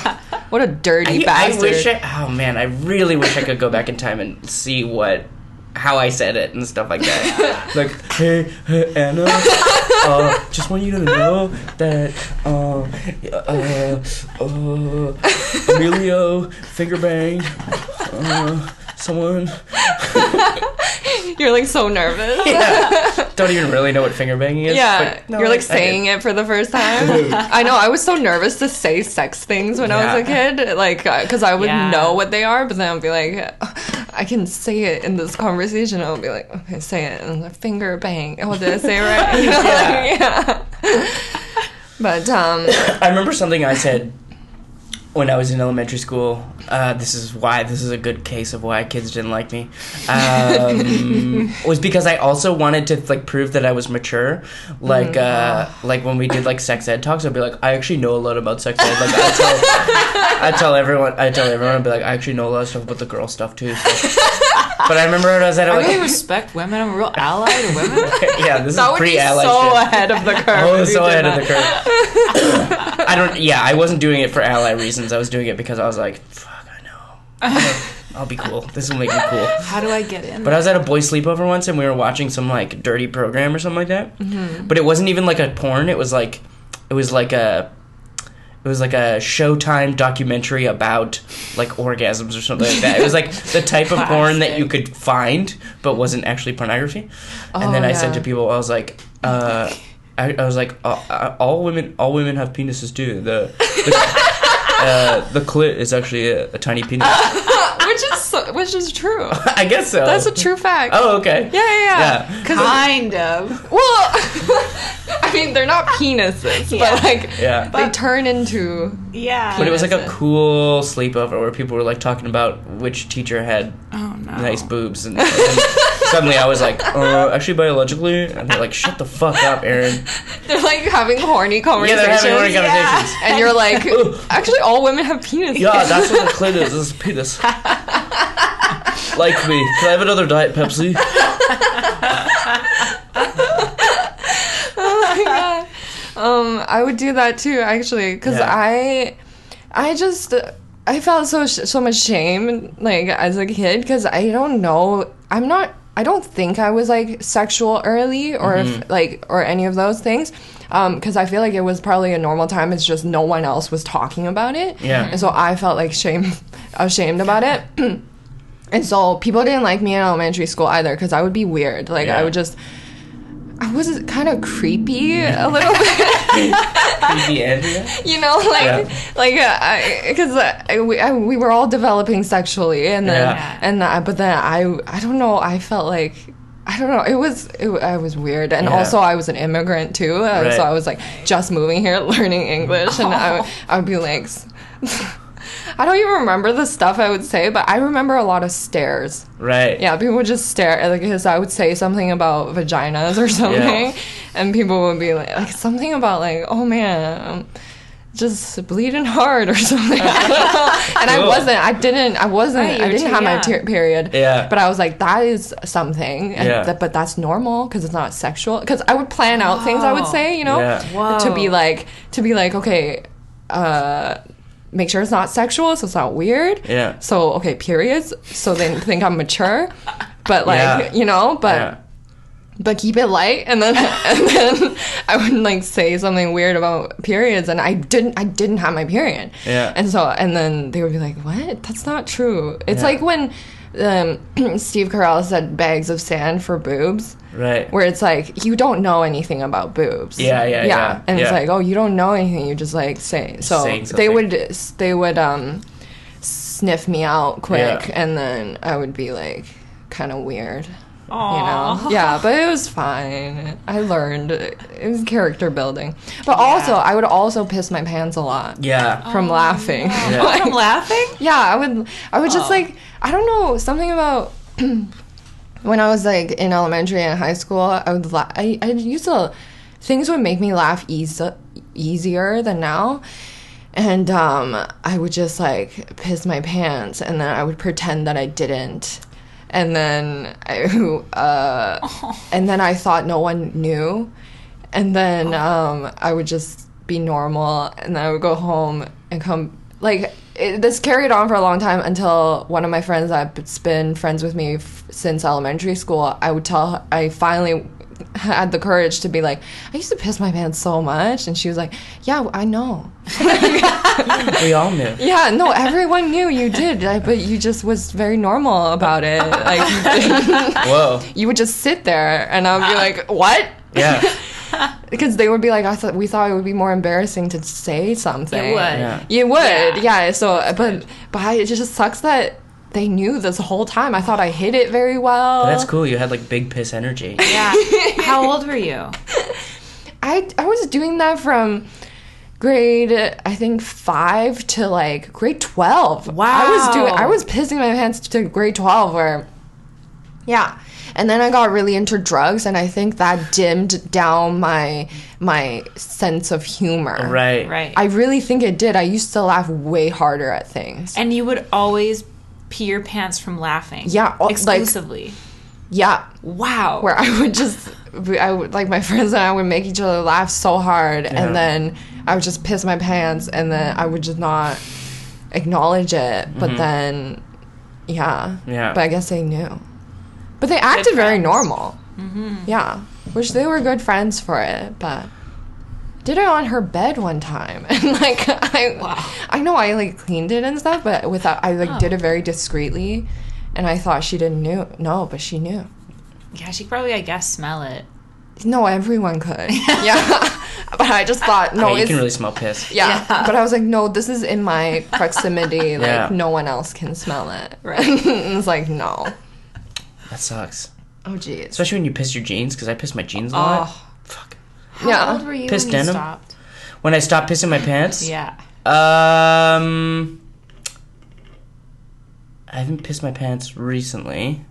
S1: Like, oh, what a dirty
S2: I, I
S1: bastard.
S2: wish I. Oh man, I really wish I could go back in time and see what. How I said it and stuff like that. like, hey, hey Anna, uh, just want you to know that uh, uh, uh, Emilio finger banged uh, someone
S1: You're like so nervous. Yeah.
S2: yeah. don't even really know what finger banging is. but no,
S1: You're like
S2: I- I
S1: saying
S2: did.
S1: it for the first time. I know. I was so nervous to say sex things when I was a
S2: Yeah.
S1: kid. Like, because I would
S3: Yeah.
S1: know what they are, but then I'd be like, I can say it in this conversation. I'll be like, okay, say it. And I'm like, finger bang. Oh, did I say it right? You know, like, yeah. But um,
S2: I remember something I said when I was in elementary school. Uh, this is why this is a good case of why kids didn't like me. Um, was because I also wanted to like prove that I was mature.
S5: Mm.
S2: Like
S5: Ah.
S2: uh, like when we did like sex ed talks, I'd be like, I actually know a lot about sex ed. Like I tell, I tell everyone, I tell everyone, I'd be like, I actually know a lot of stuff about the girl stuff too. So. But I remember when I was at
S3: I
S2: like,
S3: really respect women. I'm a real ally to women.
S2: yeah, this
S5: That
S2: is
S5: would be
S2: pre-ally
S5: so
S2: shit.
S5: ahead of the curve.
S2: Oh,
S5: if you
S2: so
S5: did
S2: ahead of
S5: that.
S2: the curve. I don't. Yeah, I wasn't doing it for ally reasons. I was doing it because I was like, "Fuck, I know. I'll be cool. This will make me cool."
S3: How do I get in?
S2: But I was at a boy sleepover once, and we were watching some like dirty program or something like that.
S1: Mm-hmm.
S2: But it wasn't even like a porn. It was like, it was like a, it was like a Showtime documentary about like orgasms or something like that. It was like the type of porn that you could find, but wasn't actually pornography. and then I said
S1: Oh, yeah.
S2: to people, I was like, uh, I, I was like, all, all women, all women have penises too. The. the Uh, the clit is actually a, a tiny penis.
S1: which is so- which is true.
S2: I guess so.
S1: Uh, That's a true fact.
S2: Oh, okay.
S1: Yeah, yeah, yeah.
S2: Yeah.
S1: Because
S5: Kind of.
S1: well, I mean they're not penises, but like
S2: Yeah.
S1: they turn into.
S5: Yeah.
S2: But it was like a
S1: Innocent.
S2: cool sleepover where people were like talking about which teacher had
S3: oh no.
S2: nice boobs, and, and suddenly I was like, uh, actually biologically, and they're like, shut the fuck up, Aaron.
S1: They're like having horny
S2: Yeah,
S1: conversations.
S2: they're having horny
S5: Yeah.
S2: conversations.
S1: and you're like, actually, all women have penises.
S2: Yeah, that's what the clit is. This is penis. Like me. Can I have another diet Pepsi?
S1: oh my god. Um, I would do that too, actually, because
S2: Yeah.
S1: I, I just, I felt so sh- so much shame, like as a kid, because I don't know, I'm not, I don't think I was like sexual early or
S2: Mm-hmm.
S1: if, like or any of those things. Because I feel like it was probably a normal time. It's just no one else was talking about it,
S2: Yeah.
S1: And so I felt like shame, ashamed about it. and so people didn't like me in elementary school either because I would be weird. Like
S2: Yeah.
S1: I would just, I was kind of creepy a little bit,
S2: Creepy Andrea?
S1: you know, like
S2: Yeah.
S1: like because uh, I, we I, we were all developing sexually, and then
S2: Yeah.
S1: and uh, but then I I don't know I felt like. I don't know. It was it, wa- I was weird, and
S2: Yeah.
S1: also I was an immigrant too. Uh,
S2: Right.
S1: So I was like just moving here, learning English, and I would, I would be like, s- I don't even remember the stuff I would say, but I remember a lot of stares.
S2: Right.
S1: Yeah, people would just stare at like because I would say something about vaginas or something, and people would be like, like something about like, oh man, I'm just bleeding hard or something. and I
S2: Cool.
S1: wasn't, I didn't, I wasn't,
S3: Right, you
S1: I
S3: were
S1: didn't
S3: too
S1: have my
S3: young.
S1: ter- period.
S2: Yeah.
S1: but I was like, that is something. And
S2: Yeah.
S1: th- but that's normal because it's not sexual. Because I would plan out things I would
S3: Wow.
S1: say, you know,
S2: Yeah.
S1: to be
S3: Whoa.
S1: like, to be like, okay, uh, make sure it's not sexual, so it's not weird.
S2: Yeah.
S1: So okay, periods. So they think I'm mature, but like
S2: Yeah.
S1: you know, but
S2: Yeah.
S1: but keep it light. And then and then I would like say something weird about periods, and I didn't I didn't have my period.
S2: Yeah.
S1: And so and then they would be like, what? That's not true. It's
S2: Yeah.
S1: like when. Um, Steve Carell said bags of sand for boobs
S2: Right.
S1: where it's like you don't know anything about boobs.
S2: Yeah, yeah, yeah,
S1: And it's
S2: yeah.
S1: like, oh, you don't know anything. You just like say. So
S2: saying
S1: they
S2: something.
S1: would they would um sniff me out quick,
S2: Yeah.
S1: and then I would be like kind of weird.
S5: Aw.
S1: You know, yeah, but it was fine. I learned it was character building, but also I would also piss my pants a lot
S2: Yeah.
S1: from laughing.
S2: Yeah.
S5: I'm laughing.
S1: Yeah, I would. I would just like I don't know something about when I was like in elementary and high school. I would la- I I used to things would make me laugh easy, easier than now. And um, I would just like piss my pants, and then I would pretend that I didn't, and then I, uh, and then I thought no one knew, and then um, I would just be normal, and then I would go home and come. Like it, this carried on for a long time until one of my friends that's been friends with me f- since elementary school. I would tell. her- I finally had the courage to be like, I used to piss my pants so much, and she was like, Yeah, I know.
S2: We all knew.
S1: Yeah, no, everyone knew you did, like, but you just was very normal about it. Like you didn't-
S2: Whoa.
S1: you would just sit there, and I would be like, What?
S2: Yeah.
S1: because they would be like, I thought we thought it would be more embarrassing to say something.
S3: It would.
S2: Yeah.
S1: You would, yeah.
S3: Yeah.
S1: so, uh, but but I, it just sucks that they knew this whole time. I thought I hid it very well.
S2: That's cool. You had like big piss energy.
S3: Yeah. How old were you?
S1: I I was doing that from grade I think five to like grade twelve. I was doing I
S3: Wow.
S1: was pissing my pants to grade twelve where yeah. And then I got really into drugs and I think that dimmed down my my sense of humor.
S2: Right.
S3: Right.
S1: I really think it did. I used to laugh way harder at things.
S3: and you would always pee your pants from laughing.
S1: Yeah, all- like-
S3: exclusively.
S1: Yeah.
S3: wow.
S1: where I would just, I would like my friends and I would make each other laugh so hard,
S2: Yeah.
S1: and then I would just piss my pants, and then I would just not acknowledge it. But then, yeah,
S2: Yeah.
S1: But I guess they knew. But they acted very
S3: friends.
S1: normal. Yeah, which they were good friends for it, but. Did it on her bed one time, and like I, I know I like cleaned it and stuff, but without I like did it very discreetly, and I thought she didn't knew no, but she knew.
S3: yeah, she could probably, I guess, smell it.
S1: No, everyone could. Yeah. but I just thought, no,
S2: Yeah, you
S1: it's.
S2: can really smell piss.
S1: yeah. But I was like, no, this is in my proximity. Like,
S2: Yeah.
S1: no one else can smell it. Right. it's like, no.
S2: That sucks.
S1: Oh, jeez.
S2: Especially when you piss your jeans, because I piss my jeans a lot.
S3: Ah.
S2: Fuck.
S3: How old
S1: Yeah.
S3: were you
S2: Piss
S3: when
S2: denim?
S3: you stopped?
S2: When I stopped pissing my pants,
S3: Yeah.
S2: um, I haven't pissed my pants recently.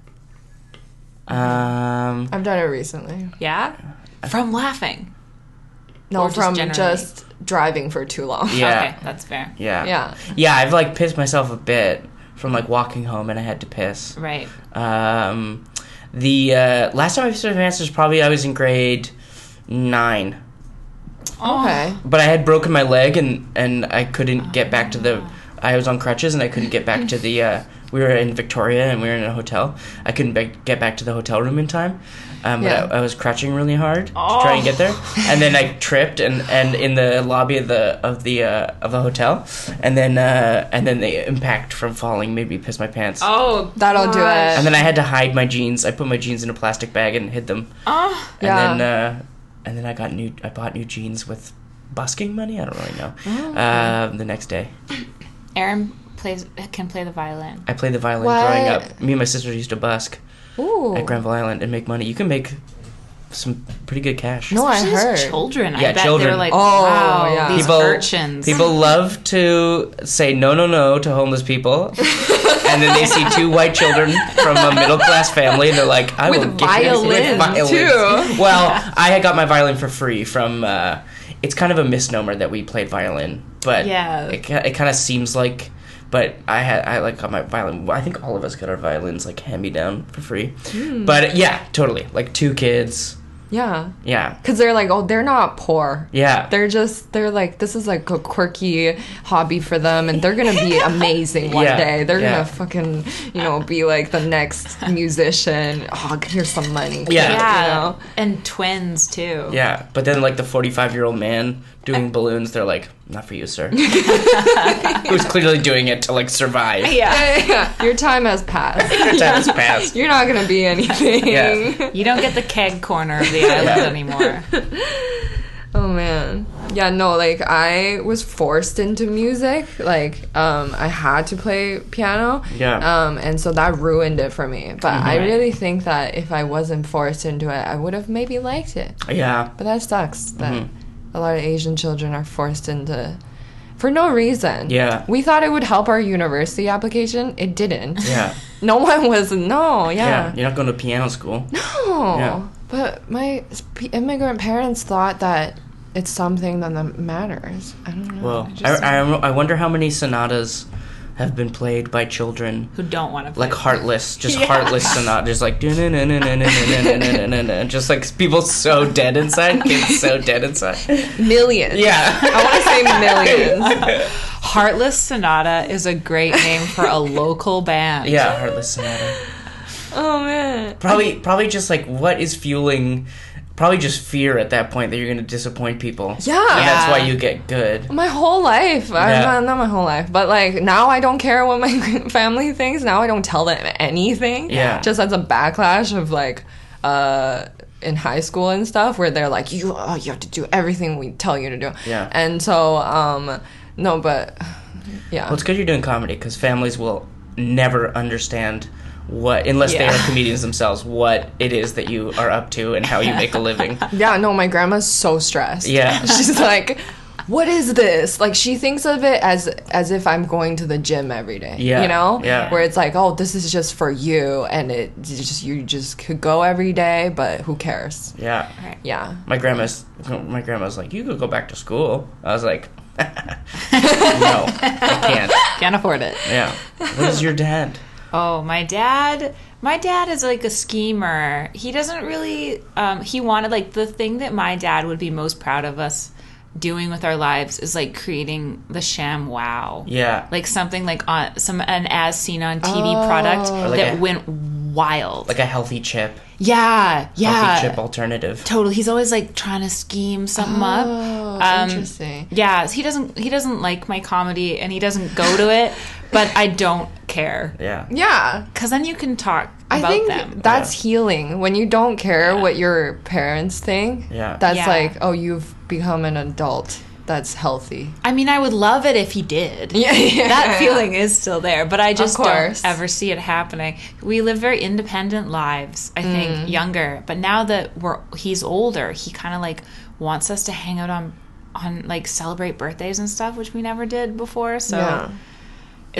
S2: Um,
S1: I've done it recently.
S3: Yeah? From laughing.
S1: No,
S3: Or just
S1: from
S3: generally.
S1: just driving for too long.
S2: yeah,
S3: Okay, that's fair.
S2: yeah,
S1: Yeah.
S2: yeah. I've like pissed myself a bit from like walking home, and I had to piss.
S3: Right.
S2: Um, the uh, last time I pissed my pants was probably I was in grade nine.
S3: Oh.
S1: Okay.
S2: but I had broken my leg and and I couldn't get back to the. I was on crutches and I couldn't get back to the. Uh, we were in Victoria and we were in a hotel. I couldn't be- get back to the hotel room in time. Um, but
S1: Yeah.
S2: I, I was crutching really hard to try and get there, and then I tripped and, and in the lobby of the of the uh, of the hotel, and then uh, and then the impact from falling made me piss my pants.
S3: Oh,
S1: That'll do
S3: gosh.
S1: it.
S2: And then I had to hide my jeans. I put my jeans in a plastic bag and hid them.
S3: Oh,
S2: And
S1: Yeah.
S2: then uh, and then I got new I bought new jeans with busking money. I don't really know.
S1: Oh,
S2: Um, the next day,
S3: Aaron plays can play the violin.
S2: I played the violin growing
S1: What?
S2: up. Me and my sister used to busk
S1: Ooh.
S2: at Granville Island and make money. You can make some pretty good cash.
S1: No, Oh, I
S3: Especially
S1: heard.
S3: as children. I
S2: Yeah,
S3: bet
S2: children.
S3: they're like,
S1: Oh,
S3: wow,
S1: yeah.
S3: these
S2: People-
S3: urchins.
S2: People love to say no, no, no to homeless people, and then they see two white children from a middle class family, and they're like, "I
S1: With
S2: will give you-
S1: violins,
S2: violins."
S1: too.
S2: Well, I had got my violin for free from. Uh, it's kind of a misnomer that we played violin, but
S3: Yeah.
S2: it, ki- it kind of seems like. But I had I like got my violin. I think all of us got our violins like hand me down for free.
S1: Hmm.
S2: But yeah, totally. Like two kids.
S1: Yeah.
S2: Yeah,
S1: Because they're like, oh, they're not poor.
S2: yeah.
S1: They're just, they're like, this is like a quirky hobby for them, and they're gonna be amazing one
S2: Yeah,
S1: day. They're
S2: yeah.
S1: gonna fucking, you know, be like the next musician. Oh, here's some money.
S2: Yeah.
S3: yeah,
S1: You know?
S3: and twins too.
S2: Yeah, but then like the forty-five-year-old man doing balloons, they're like, "Not for you, sir." Who's clearly doing it to like survive.
S3: yeah.
S1: Yeah, yeah. Your time has passed.
S2: Your time has passed.
S1: You're not gonna be anything.
S2: Yeah.
S3: You don't get the keg corner of the island anymore.
S1: Oh man. Yeah, no, like I was forced into music. Like, um, I had to play piano.
S2: Yeah.
S1: Um,
S2: Mm-hmm.
S1: and so that ruined it for me. But I really think that if I wasn't forced into it, I would have maybe liked it.
S2: Yeah,
S1: But that sucks that
S2: Mm-hmm.
S1: a lot of Asian children are forced into for no reason.
S2: Yeah.
S1: We thought it would help our university application. It didn't.
S2: yeah,
S1: No one was no,
S2: yeah.
S1: yeah.
S2: You're not going to piano school.
S1: No.
S2: Yeah.
S1: But my sp- immigrant parents thought that it's something that that matters. I don't know.
S2: Well, I, I, I wonder how many sonatas have been played by children.
S3: Who don't want to play?
S2: Like heartless, just heartless sonata, just like just like people so dead inside, kids so dead inside.
S1: millions.
S2: Yeah,
S1: I want to say millions.
S3: Heartless Sonata is a great name for a local band.
S2: yeah, heartless sonata.
S1: oh man.
S2: Probably, probably just like what is fueling, probably just fear at that point that you're going to disappoint people.
S1: Yeah.
S2: and that's why
S3: Yeah.
S2: you get good.
S1: My whole life. I,
S2: Yeah.
S1: not, not my whole life, but like now I don't care what my family thinks. Now I don't tell them anything.
S2: Yeah.
S1: Just as a backlash of like, uh, in high school and stuff where they're like, you, oh, you have to do everything we tell you to do.
S2: Yeah.
S1: And so, um, no, but yeah.
S2: Well, it's good you're doing comedy because families will never understand what, unless they are comedians themselves, what it is that you are up to and how you make a living.
S1: Yeah, no, my grandma's so stressed.
S2: Yeah.
S1: She's like, what is this? Like she thinks of it as as if I'm going to the gym every day.
S2: Yeah,
S1: You know?
S2: yeah.
S1: Where it's like, oh, this is just for you and it you just you just could go every day, but who cares?
S2: Yeah.
S3: Right.
S1: Yeah.
S2: My grandma's my grandma's like, you could go back to school. I was like, no, I can't.
S1: Can't afford it.
S2: Yeah. What is your dad?
S3: Oh, my dad. My dad is like a schemer. He doesn't really. Um, he wanted like the thing that my dad would be most proud of us doing with our lives is like creating the sham wow.
S2: Yeah.
S3: Like something like on some an as seen on TV product
S2: like
S3: that
S2: a-
S3: went wild.
S2: Like a healthy chip.
S3: yeah, yeah.
S2: Healthy chip alternative.
S3: Totally. He's always like trying to scheme something
S1: Oh,
S3: up. Um,
S1: interesting.
S3: Yeah, he doesn't he doesn't like my comedy and he doesn't go to it, but I don't care.
S2: Yeah.
S1: Yeah.
S3: Cuz then you can talk
S1: I
S3: about
S1: think
S3: them.
S1: that's healing when you don't care what your parents think.
S2: Yeah.
S1: That's
S3: Yeah.
S1: like, oh, you've become an adult. That's healthy.
S3: I mean, I would love it if he did.
S1: Yeah, yeah.
S3: That feeling is still there, but I just
S1: course.
S3: don't ever see it happening. We live very independent lives, I think,
S1: Mm.
S3: younger. But now that we're he's older, he kind of like wants us to hang out on on like celebrate birthdays and stuff, which we never did before. So
S1: Yeah.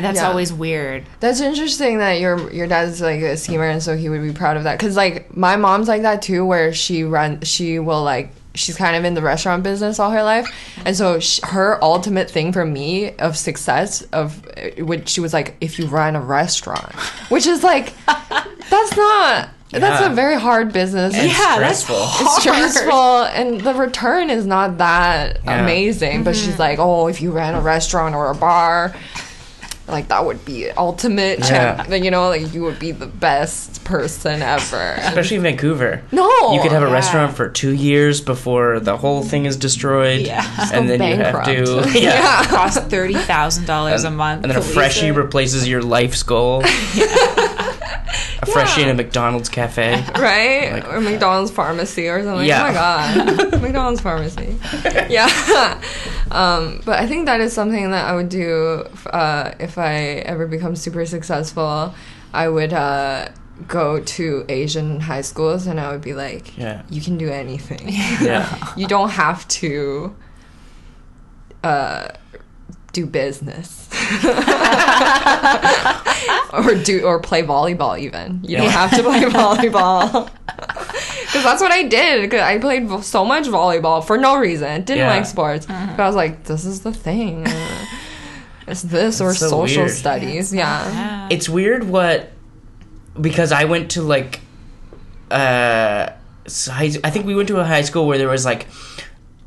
S3: that's
S1: Yeah.
S3: always weird.
S1: That's interesting that your your dad's like a schemer and so he would be proud of that. Cause like my mom's like that too, where she run she will like she's kind of in the restaurant business all her life, and so sh her ultimate thing for me of success of uh, which she was like if you run a restaurant, which is like that's not that's a
S2: Yeah.
S1: very hard business.
S2: And
S1: It's
S2: stressful.
S1: it's stressful and the return is not that
S2: Yeah.
S1: amazing but she's like oh if you ran a restaurant or a bar like that would be ultimate
S2: Yeah.
S1: champ- you know like you would be the best person ever
S2: Especially in Vancouver.
S1: no
S2: You could have a
S3: Yeah. Mm.
S2: restaurant for two years before the whole thing is destroyed.
S3: Yeah.
S2: And then you have
S1: bankrupt.
S2: to. Yeah.
S3: Cost thirty thousand dollars a month,
S2: And then a
S3: Police
S2: freshie
S3: it.
S2: replaces your life's goal. A freshie in a McDonald's cafe.
S1: right
S2: Like-
S1: or mcdonald's pharmacy or something
S2: Yeah.
S1: oh my god mcdonald's pharmacy yeah um, but i think that is something that i would do uh, if i ever become super successful i would uh, go to asian high schools and i would be like
S2: Yeah.
S1: you can do anything
S2: Yeah.
S1: you don't have to uh, do business or do or play volleyball even you don't
S2: Yeah.
S1: have to play volleyball because that's what i did 'cause i played vo- so much volleyball for no reason didn't
S2: Yeah.
S1: like sports but i was like this is the thing Uh, it's this or
S2: That's so
S1: social
S2: weird.
S1: studies yeah
S3: Yeah.
S2: It's weird what because I went to like uh s- high, I think we went to a high school where there was like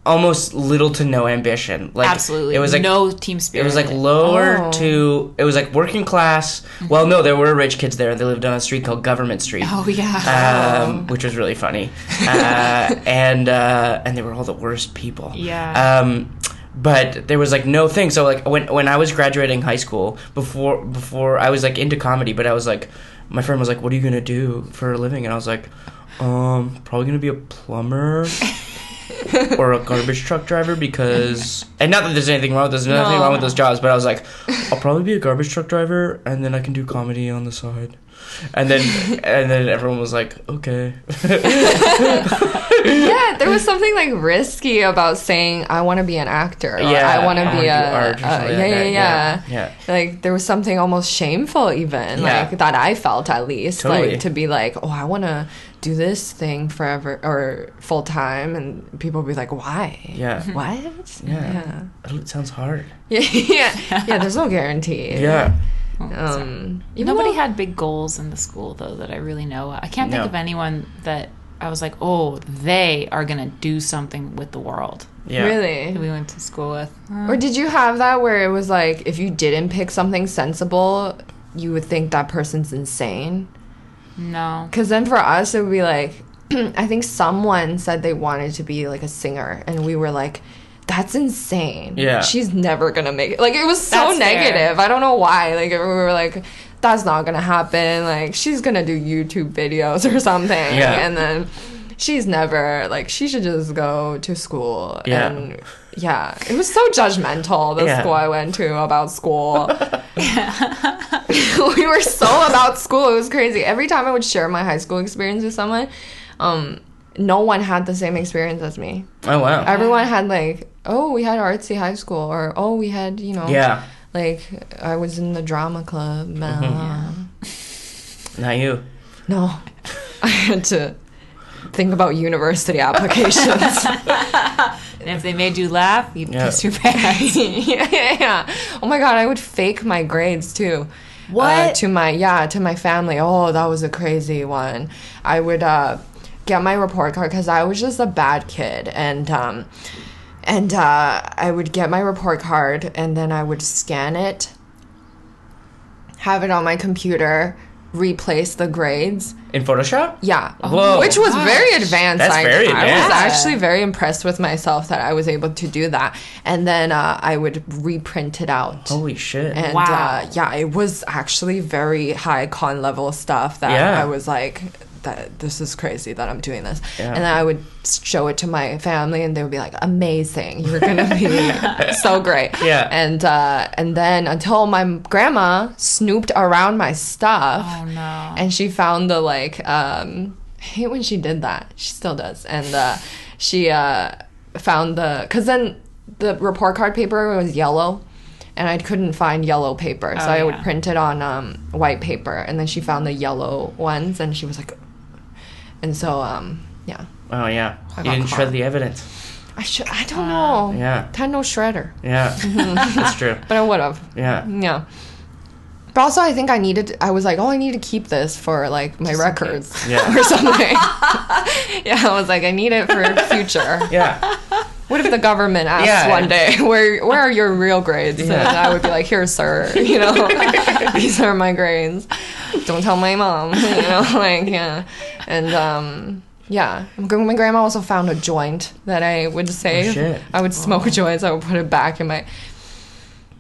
S2: almost little to no ambition. Like
S3: Absolutely,
S2: It was like
S3: no team spirit.
S2: It was like lower
S1: Oh.
S2: to it was like working class. Well, no, there were rich kids there. They lived on a street called Government Street.
S3: Mm-hmm. oh yeah, Oh.
S2: Um, which was really funny, uh, and uh, and they were all the worst people.
S3: Yeah.
S2: Um, but there was like no thing. So like when when I was graduating high school, before before I was like into comedy, but I was like, my friend was like, "What are you gonna do for a living?" And I was like, "Um, probably gonna be a plumber." or a garbage truck driver because and not that there's anything wrong with those there's nothing wrong with those jobs but i was like i'll probably be a garbage truck driver and then i can do comedy on the side and then and then everyone was like okay
S1: yeah there was something like risky about saying i want to be an actor or i want to
S2: wanna
S1: be
S2: do
S1: a,
S2: art or
S1: a-
S2: something like
S1: yeah, yeah yeah
S2: that. yeah
S1: like there was something almost shameful even
S2: Yeah.
S1: like that i felt at least
S2: Totally.
S1: like to be like oh i want to do this thing forever or full time and people be like why
S2: Yeah.
S1: what
S2: Yeah. Oh, it sounds hard
S1: yeah yeah yeah, yeah there's no guarantee
S2: yeah
S1: um even
S3: Nobody
S1: though-
S3: had big goals in the school though that I really know. of. I can't think
S2: No.
S3: of anyone that I was like, oh, they are gonna do something with the world.
S2: yeah
S1: really
S3: Who we went to school with. Hmm,
S1: Or did you have that where it was like if you didn't pick something sensible, you would think that person's insane?
S3: No.
S1: Because then for us, it would be like, I think someone said they wanted to be like a singer, and we were like, that's insane.
S2: Yeah.
S1: She's never gonna make it. Like, it was so
S3: That's fair.
S1: negative. I don't know why. Like, we were like, that's not gonna happen. Like, she's gonna do YouTube videos or something.
S2: Yeah.
S1: And then she's never, like, she should just go to school.
S2: Yeah.
S1: And yeah. It was so judgmental, the
S2: Yeah.
S1: school I went to, about school. we were so about school. It was crazy. Every time I would share my high school experience with someone, um, no one had the same experience as me.
S2: oh wow
S1: Everyone had like oh, we had artsy high school, or oh, we had, you know,
S2: Yeah. Mm-hmm.
S1: like I was in the drama club. blah, blah, blah.
S2: Not you.
S1: No, I had to think about university applications.
S3: And if they made you laugh, you
S2: Yeah.
S3: pissed your pants.
S1: yeah, yeah, yeah. Oh my god, I would fake my grades too. Uh,
S3: What?
S1: to my yeah, to my family. Oh, that was a crazy one. I would uh, get my report card because I was just a bad kid, and um, and uh, I would get my report card, and then I would scan it, have it on my computer, replace the grades,
S2: In Photoshop?
S1: yeah.
S2: Whoa.
S1: Which was very advanced.
S2: That's
S1: I,
S2: very
S1: I was
S2: advanced.
S1: actually very impressed with myself that I was able to do that. And then uh, I would reprint it out.
S2: Holy shit.
S1: and
S3: Wow.
S1: uh, yeah, it was actually very high con level stuff that
S2: Yeah.
S1: I was like, that this is crazy that I'm doing this.
S2: Yeah.
S1: And then I would show it to my family and they would be like, amazing. You're going to be so great.
S2: Yeah.
S1: And, uh, and then until my grandma snooped around my stuff
S3: Oh, no.
S1: and she found the like um I hate when she did that she still does and uh she uh found the because then the report card paper was yellow and i couldn't find yellow paper so
S3: Oh,
S1: i would
S3: yeah.
S1: print it on um white paper and then she found the yellow ones and she was like and so um yeah
S2: oh, yeah. You
S1: got
S2: didn't
S1: caught.
S2: shred the evidence.
S1: i should i don't know
S2: Yeah.
S1: had no shredder
S2: Yeah. That's true.
S1: but i would have
S2: Yeah.
S1: yeah but also i think i needed i was like oh i need to keep this for like my records
S2: Yeah.
S1: or something. yeah, I was like, I need it for future.
S2: Yeah.
S1: What if the government asks
S2: Yeah.
S1: one day, where where are your real grades?
S2: Yeah.
S1: And I would be like, here, sir. You know, these are my grades. Don't tell my mom. You know, like yeah, and um. Yeah, my grandma also found a joint that I would save.
S2: Oh, shit.
S1: I would smoke joints. I would put it back in my.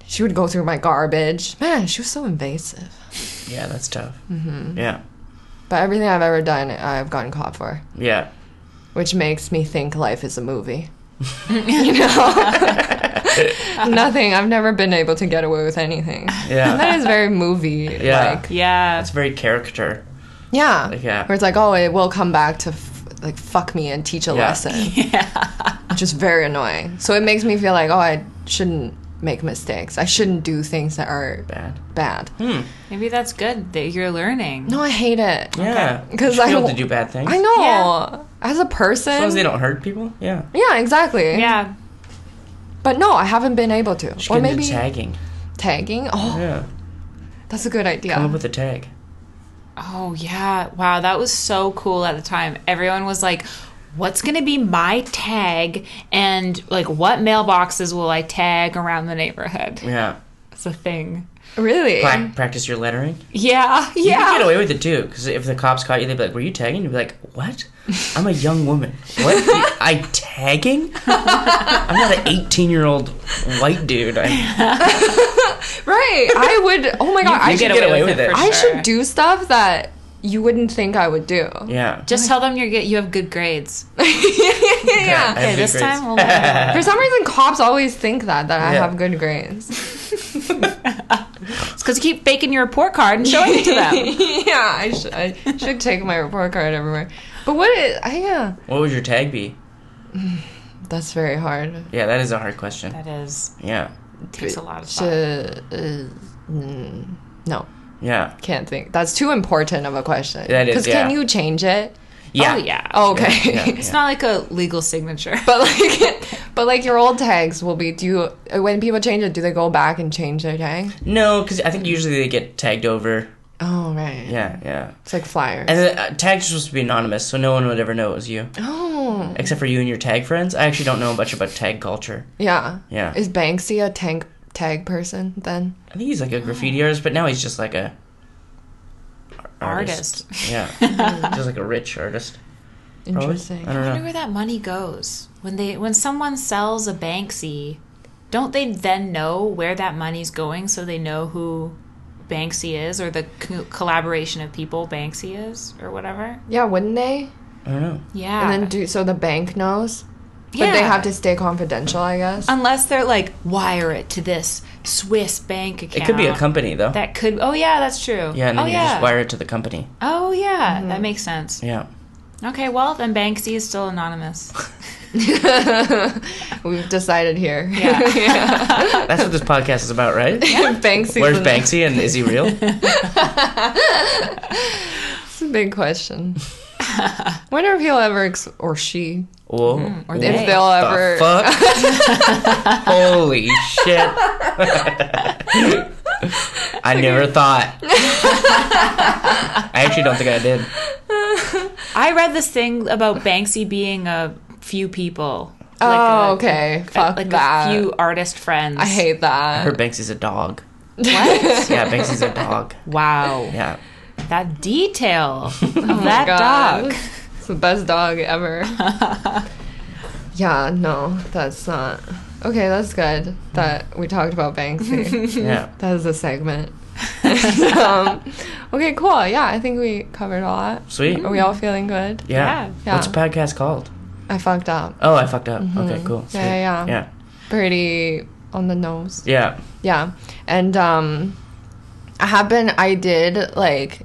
S1: She would go through my garbage. Man, she was so invasive.
S2: Yeah, that's tough.
S1: Mm-hmm.
S2: Yeah.
S1: But everything I've ever done, I've gotten caught for.
S2: Yeah.
S1: which makes me think life is a movie. you know, nothing. I've never been able to get away with anything.
S2: Yeah.
S1: And that is very movie.
S2: Yeah.
S1: Like,
S3: yeah.
S2: That's very caricature.
S1: yeah.
S2: Yeah.
S1: Where it's like, oh, it will come back to f- like fuck me and teach a
S2: Yeah.
S1: lesson. Yeah. Which is very annoying. So it makes me feel like, oh, I shouldn't make mistakes. I shouldn't do things that are
S2: Bad.
S1: bad.
S2: Hmm.
S3: Maybe that's good that you're learning.
S1: No, I hate it.
S2: Yeah.
S1: 'Cause
S2: You should
S1: I
S2: be able
S1: don't-
S2: to do bad things.
S1: I know.
S3: Yeah.
S1: As a person.
S2: As long as they don't hurt people. Yeah.
S1: yeah, exactly.
S3: Yeah.
S1: But no, I haven't been able to.
S2: Just
S1: or
S2: get into
S1: maybe
S2: tagging.
S1: tagging. Oh,
S2: Yeah.
S1: That's a good idea.
S2: Come up with a tag.
S3: Oh yeah. Wow, that was so cool at the time. Everyone was like, what's going to be my tag and like what mailboxes will I tag around the neighborhood?
S2: Yeah.
S3: It's a thing.
S1: really?
S2: Pra- practice your lettering.
S3: Yeah.
S2: You can get
S3: Yeah.
S2: away with it too, because if the cops caught you, they'd be like, "Were you tagging?" You'd be like, "What? I'm a young woman. What? I tagging? I'm not an 18 year old white dude. I,
S1: Right. I would. Oh my god. I,
S2: you
S1: should,
S2: get away with it.
S3: for
S1: I
S3: sure.
S1: should do stuff that you wouldn't think I would do.
S2: yeah,
S3: Just tell them you're get you have good grades.
S2: yeah.
S3: Okay, this time we'll let
S1: For some reason, cops always think that that I
S2: Yeah.
S1: have good grades.
S3: It's because you keep faking your report card and showing it to them.
S1: yeah, I should. I should take my report card everywhere. But what? Is, I, yeah,
S2: what would your tag be?
S1: that's very hard.
S2: Yeah, that is a hard question.
S3: That is
S2: Yeah,
S3: it takes a lot of
S1: To,
S3: thought.
S1: uh, mm, no,
S2: yeah,
S1: can't think. That's too important of a question.
S2: That is,
S1: Because
S2: yeah.
S1: can you change it?
S2: yeah.
S3: Oh yeah.
S1: Oh, okay.
S2: Yeah, yeah.
S3: It's not like a legal signature.
S1: But like, but like your old tags will be. Do you when people change it? Do they go back and change their tag?
S2: No, because I think usually they get tagged over.
S1: Oh right.
S2: Yeah, yeah.
S1: It's like flyers.
S2: And the uh, tags are supposed to be anonymous, so no one would ever know it was you,
S1: oh
S2: except for you and your tag friends. I actually don't know much about tag culture.
S1: yeah.
S2: Yeah.
S1: Is Banksy a tank tag person then?
S2: I think he's like a graffiti artist, but now he's just like a ar-
S3: Artist.
S2: Yeah, just like a rich artist. Probably.
S1: Interesting.
S2: I
S3: I wonder
S2: don't know.
S3: where that money goes when they when someone sells a Banksy. Don't they then know where that money's going so they know who Banksy is or the co- collaboration of people Banksy is or whatever?
S1: Yeah, wouldn't they?
S2: I don't know.
S3: Yeah.
S1: And then do so the bank knows, but they have to stay confidential, I guess.
S3: unless they're like wire it to this Swiss bank account.
S2: It could be a company though.
S3: That could. Oh yeah, that's true.
S2: yeah, and
S3: oh
S2: then you
S3: yeah.
S2: just wire it to the company.
S1: Mm-hmm.
S3: Oh yeah, that makes sense.
S2: Yeah.
S3: Okay, well then Banksy is still anonymous.
S1: We've decided here.
S3: Yeah.
S2: That's what this podcast is about, right?
S1: Banksy's
S2: Where's
S1: in there.
S2: Banksy and is he real?
S3: Hmm,
S1: It's a big question. Wonder if he'll ever ex- or she
S2: Whoa.
S3: or
S2: What
S3: they.
S1: if they'll
S2: the
S1: ever.
S2: fuck? Holy shit. I never thought. I actually don't think I did.
S3: I read this thing about Banksy being a few people.
S1: Oh,
S3: a-
S1: okay.
S3: a-
S1: Fuck
S3: like
S1: that.
S3: a few artist friends.
S1: I hate
S2: I
S1: that.
S2: heard Banksy's a dog.
S3: What?
S2: Yeah, Banksy's a dog.
S3: wow.
S2: Yeah. Oh
S3: That detail of that
S1: God.
S3: dog.
S1: It's the best dog ever. yeah, no, that's not. Okay, that's good that we talked about Banksy.
S2: Yeah.
S1: that is a segment. um, okay, cool. Yeah, I think we covered a lot.
S2: Sweet.
S1: Are we all feeling good?
S2: Yeah.
S1: Oh, Yeah.
S2: What's the podcast called?
S1: I fucked up.
S2: Oh, I fucked up. Okay, cool.
S1: Yeah,
S2: Sweet.
S1: yeah, yeah.
S2: Yeah.
S1: Pretty on the nose.
S2: Yeah.
S1: Yeah. And um I have been I did like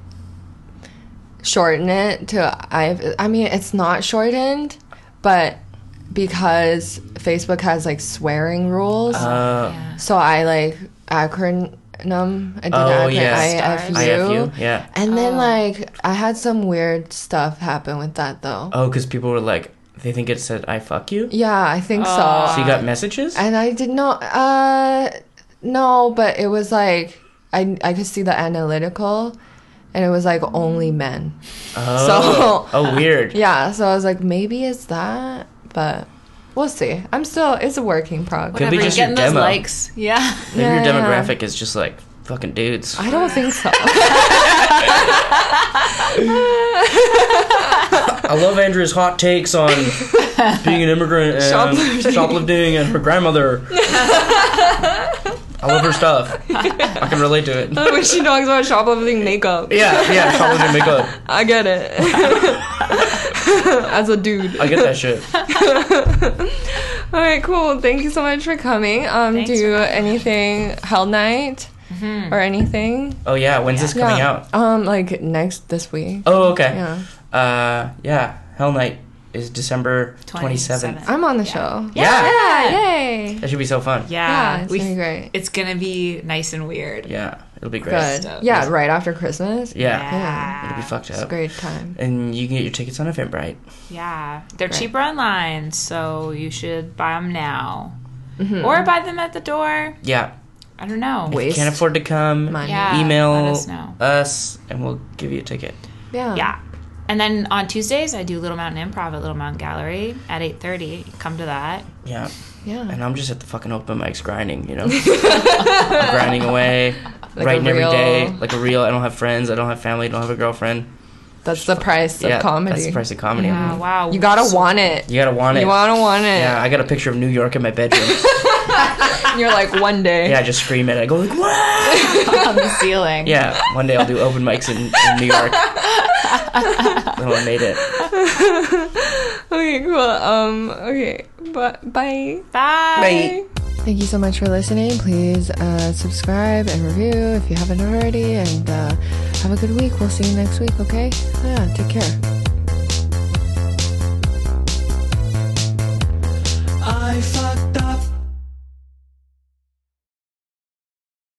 S1: shorten it to I I mean it's not shortened, but because Facebook has like swearing rules.
S2: Uh,
S3: Yeah.
S1: so I like acronym I did
S2: Oh,
S1: acron-
S2: yes.
S1: IFU.
S2: IFU. Yeah.
S1: And then like I had some weird stuff happen with that though.
S2: Oh, because people were like, they think it said I fuck you?
S1: Yeah, I think so.
S2: So you got messages?
S1: And I did not. Uh, no, but it was like I I could see the analytical, and it was like only men.
S2: oh.
S1: so-
S2: oh, weird.
S1: Yeah, so I was like, maybe it's that, but we'll see. I'm still. It's a working progress.
S2: Could be
S3: Whatever,
S2: just
S3: you're
S2: your
S3: getting those
S2: demo.
S3: likes. Yeah.
S2: Maybe
S1: Yeah,
S2: your
S1: yeah.
S2: demographic is just like fucking dudes.
S1: I don't think so.
S2: I love Andrea's hot takes on being an immigrant and shoplifting,
S1: Shoplifting.
S2: and her grandmother. I love her stuff. I can relate to it.
S1: when she talks about shoplifting makeup,
S2: Yeah, yeah, shoplifting makeup.
S1: I get it. As a dude.
S2: I get that shit.
S1: All right, cool. Thank you so much for coming. Um,
S3: Thanks
S1: do
S3: for
S1: anything Hell Night or anything?
S2: Oh yeah, when's this coming
S1: yeah.
S2: out?
S1: Um, like next this week.
S2: Oh okay.
S1: Yeah.
S2: Uh yeah, Hell Night is December twenty
S3: 27th.
S2: seventh.
S1: I'm on the show.
S2: Yeah.
S1: Yay!
S2: That should be so fun. Yeah.
S1: Yeah,
S3: Yeah.
S1: it's
S3: we,
S1: gonna be great.
S3: it's gonna be nice and weird.
S2: it'll be great.
S1: Good.
S3: stuff.
S1: Yeah, right after Christmas.
S2: Yeah.
S1: Yeah.
S2: It'll be fucked
S1: It's a
S2: up.
S1: great time.
S2: And you can get your tickets on Eventbrite.
S3: Yeah, they're cheaper online, so you should buy them now or buy them at the door.
S2: Yeah.
S3: I don't know.
S2: If you
S1: Waste
S2: can't afford to come,
S1: money.
S3: Yeah,
S2: email
S3: Let us know.
S2: us and we'll give you a ticket.
S1: Yeah.
S3: Yeah, and then on Tuesdays I do Little Mountain Improv at Little Mountain Gallery at eight thirty. Come to that.
S2: Yeah.
S1: Yeah.
S2: And I'm just at the fucking open mics grinding, you know? I'm grinding away,
S1: Like
S2: writing
S1: a
S2: every
S1: real-
S2: day, like a real. I don't have friends, I don't have family, I don't have a girlfriend.
S1: That's the price of
S2: yeah,
S1: comedy.
S2: That's the price of comedy.
S3: Yeah, wow.
S1: You gotta
S3: So-
S1: want it.
S2: You gotta want it.
S1: You wanna want it.
S2: yeah, I got a picture of New York in my bedroom.
S1: And you're like one day.
S2: yeah, I just scream it. I go like, what?
S3: on the ceiling.
S2: Yeah, one day I'll do open mics in, in New York. then I made it.
S1: Okay, cool. Um. Okay. But bye.
S3: Bye.
S6: Thank you so much for listening. Please uh, subscribe and review if you haven't already. And uh, have a good week. We'll see you next week, okay? Yeah, take care.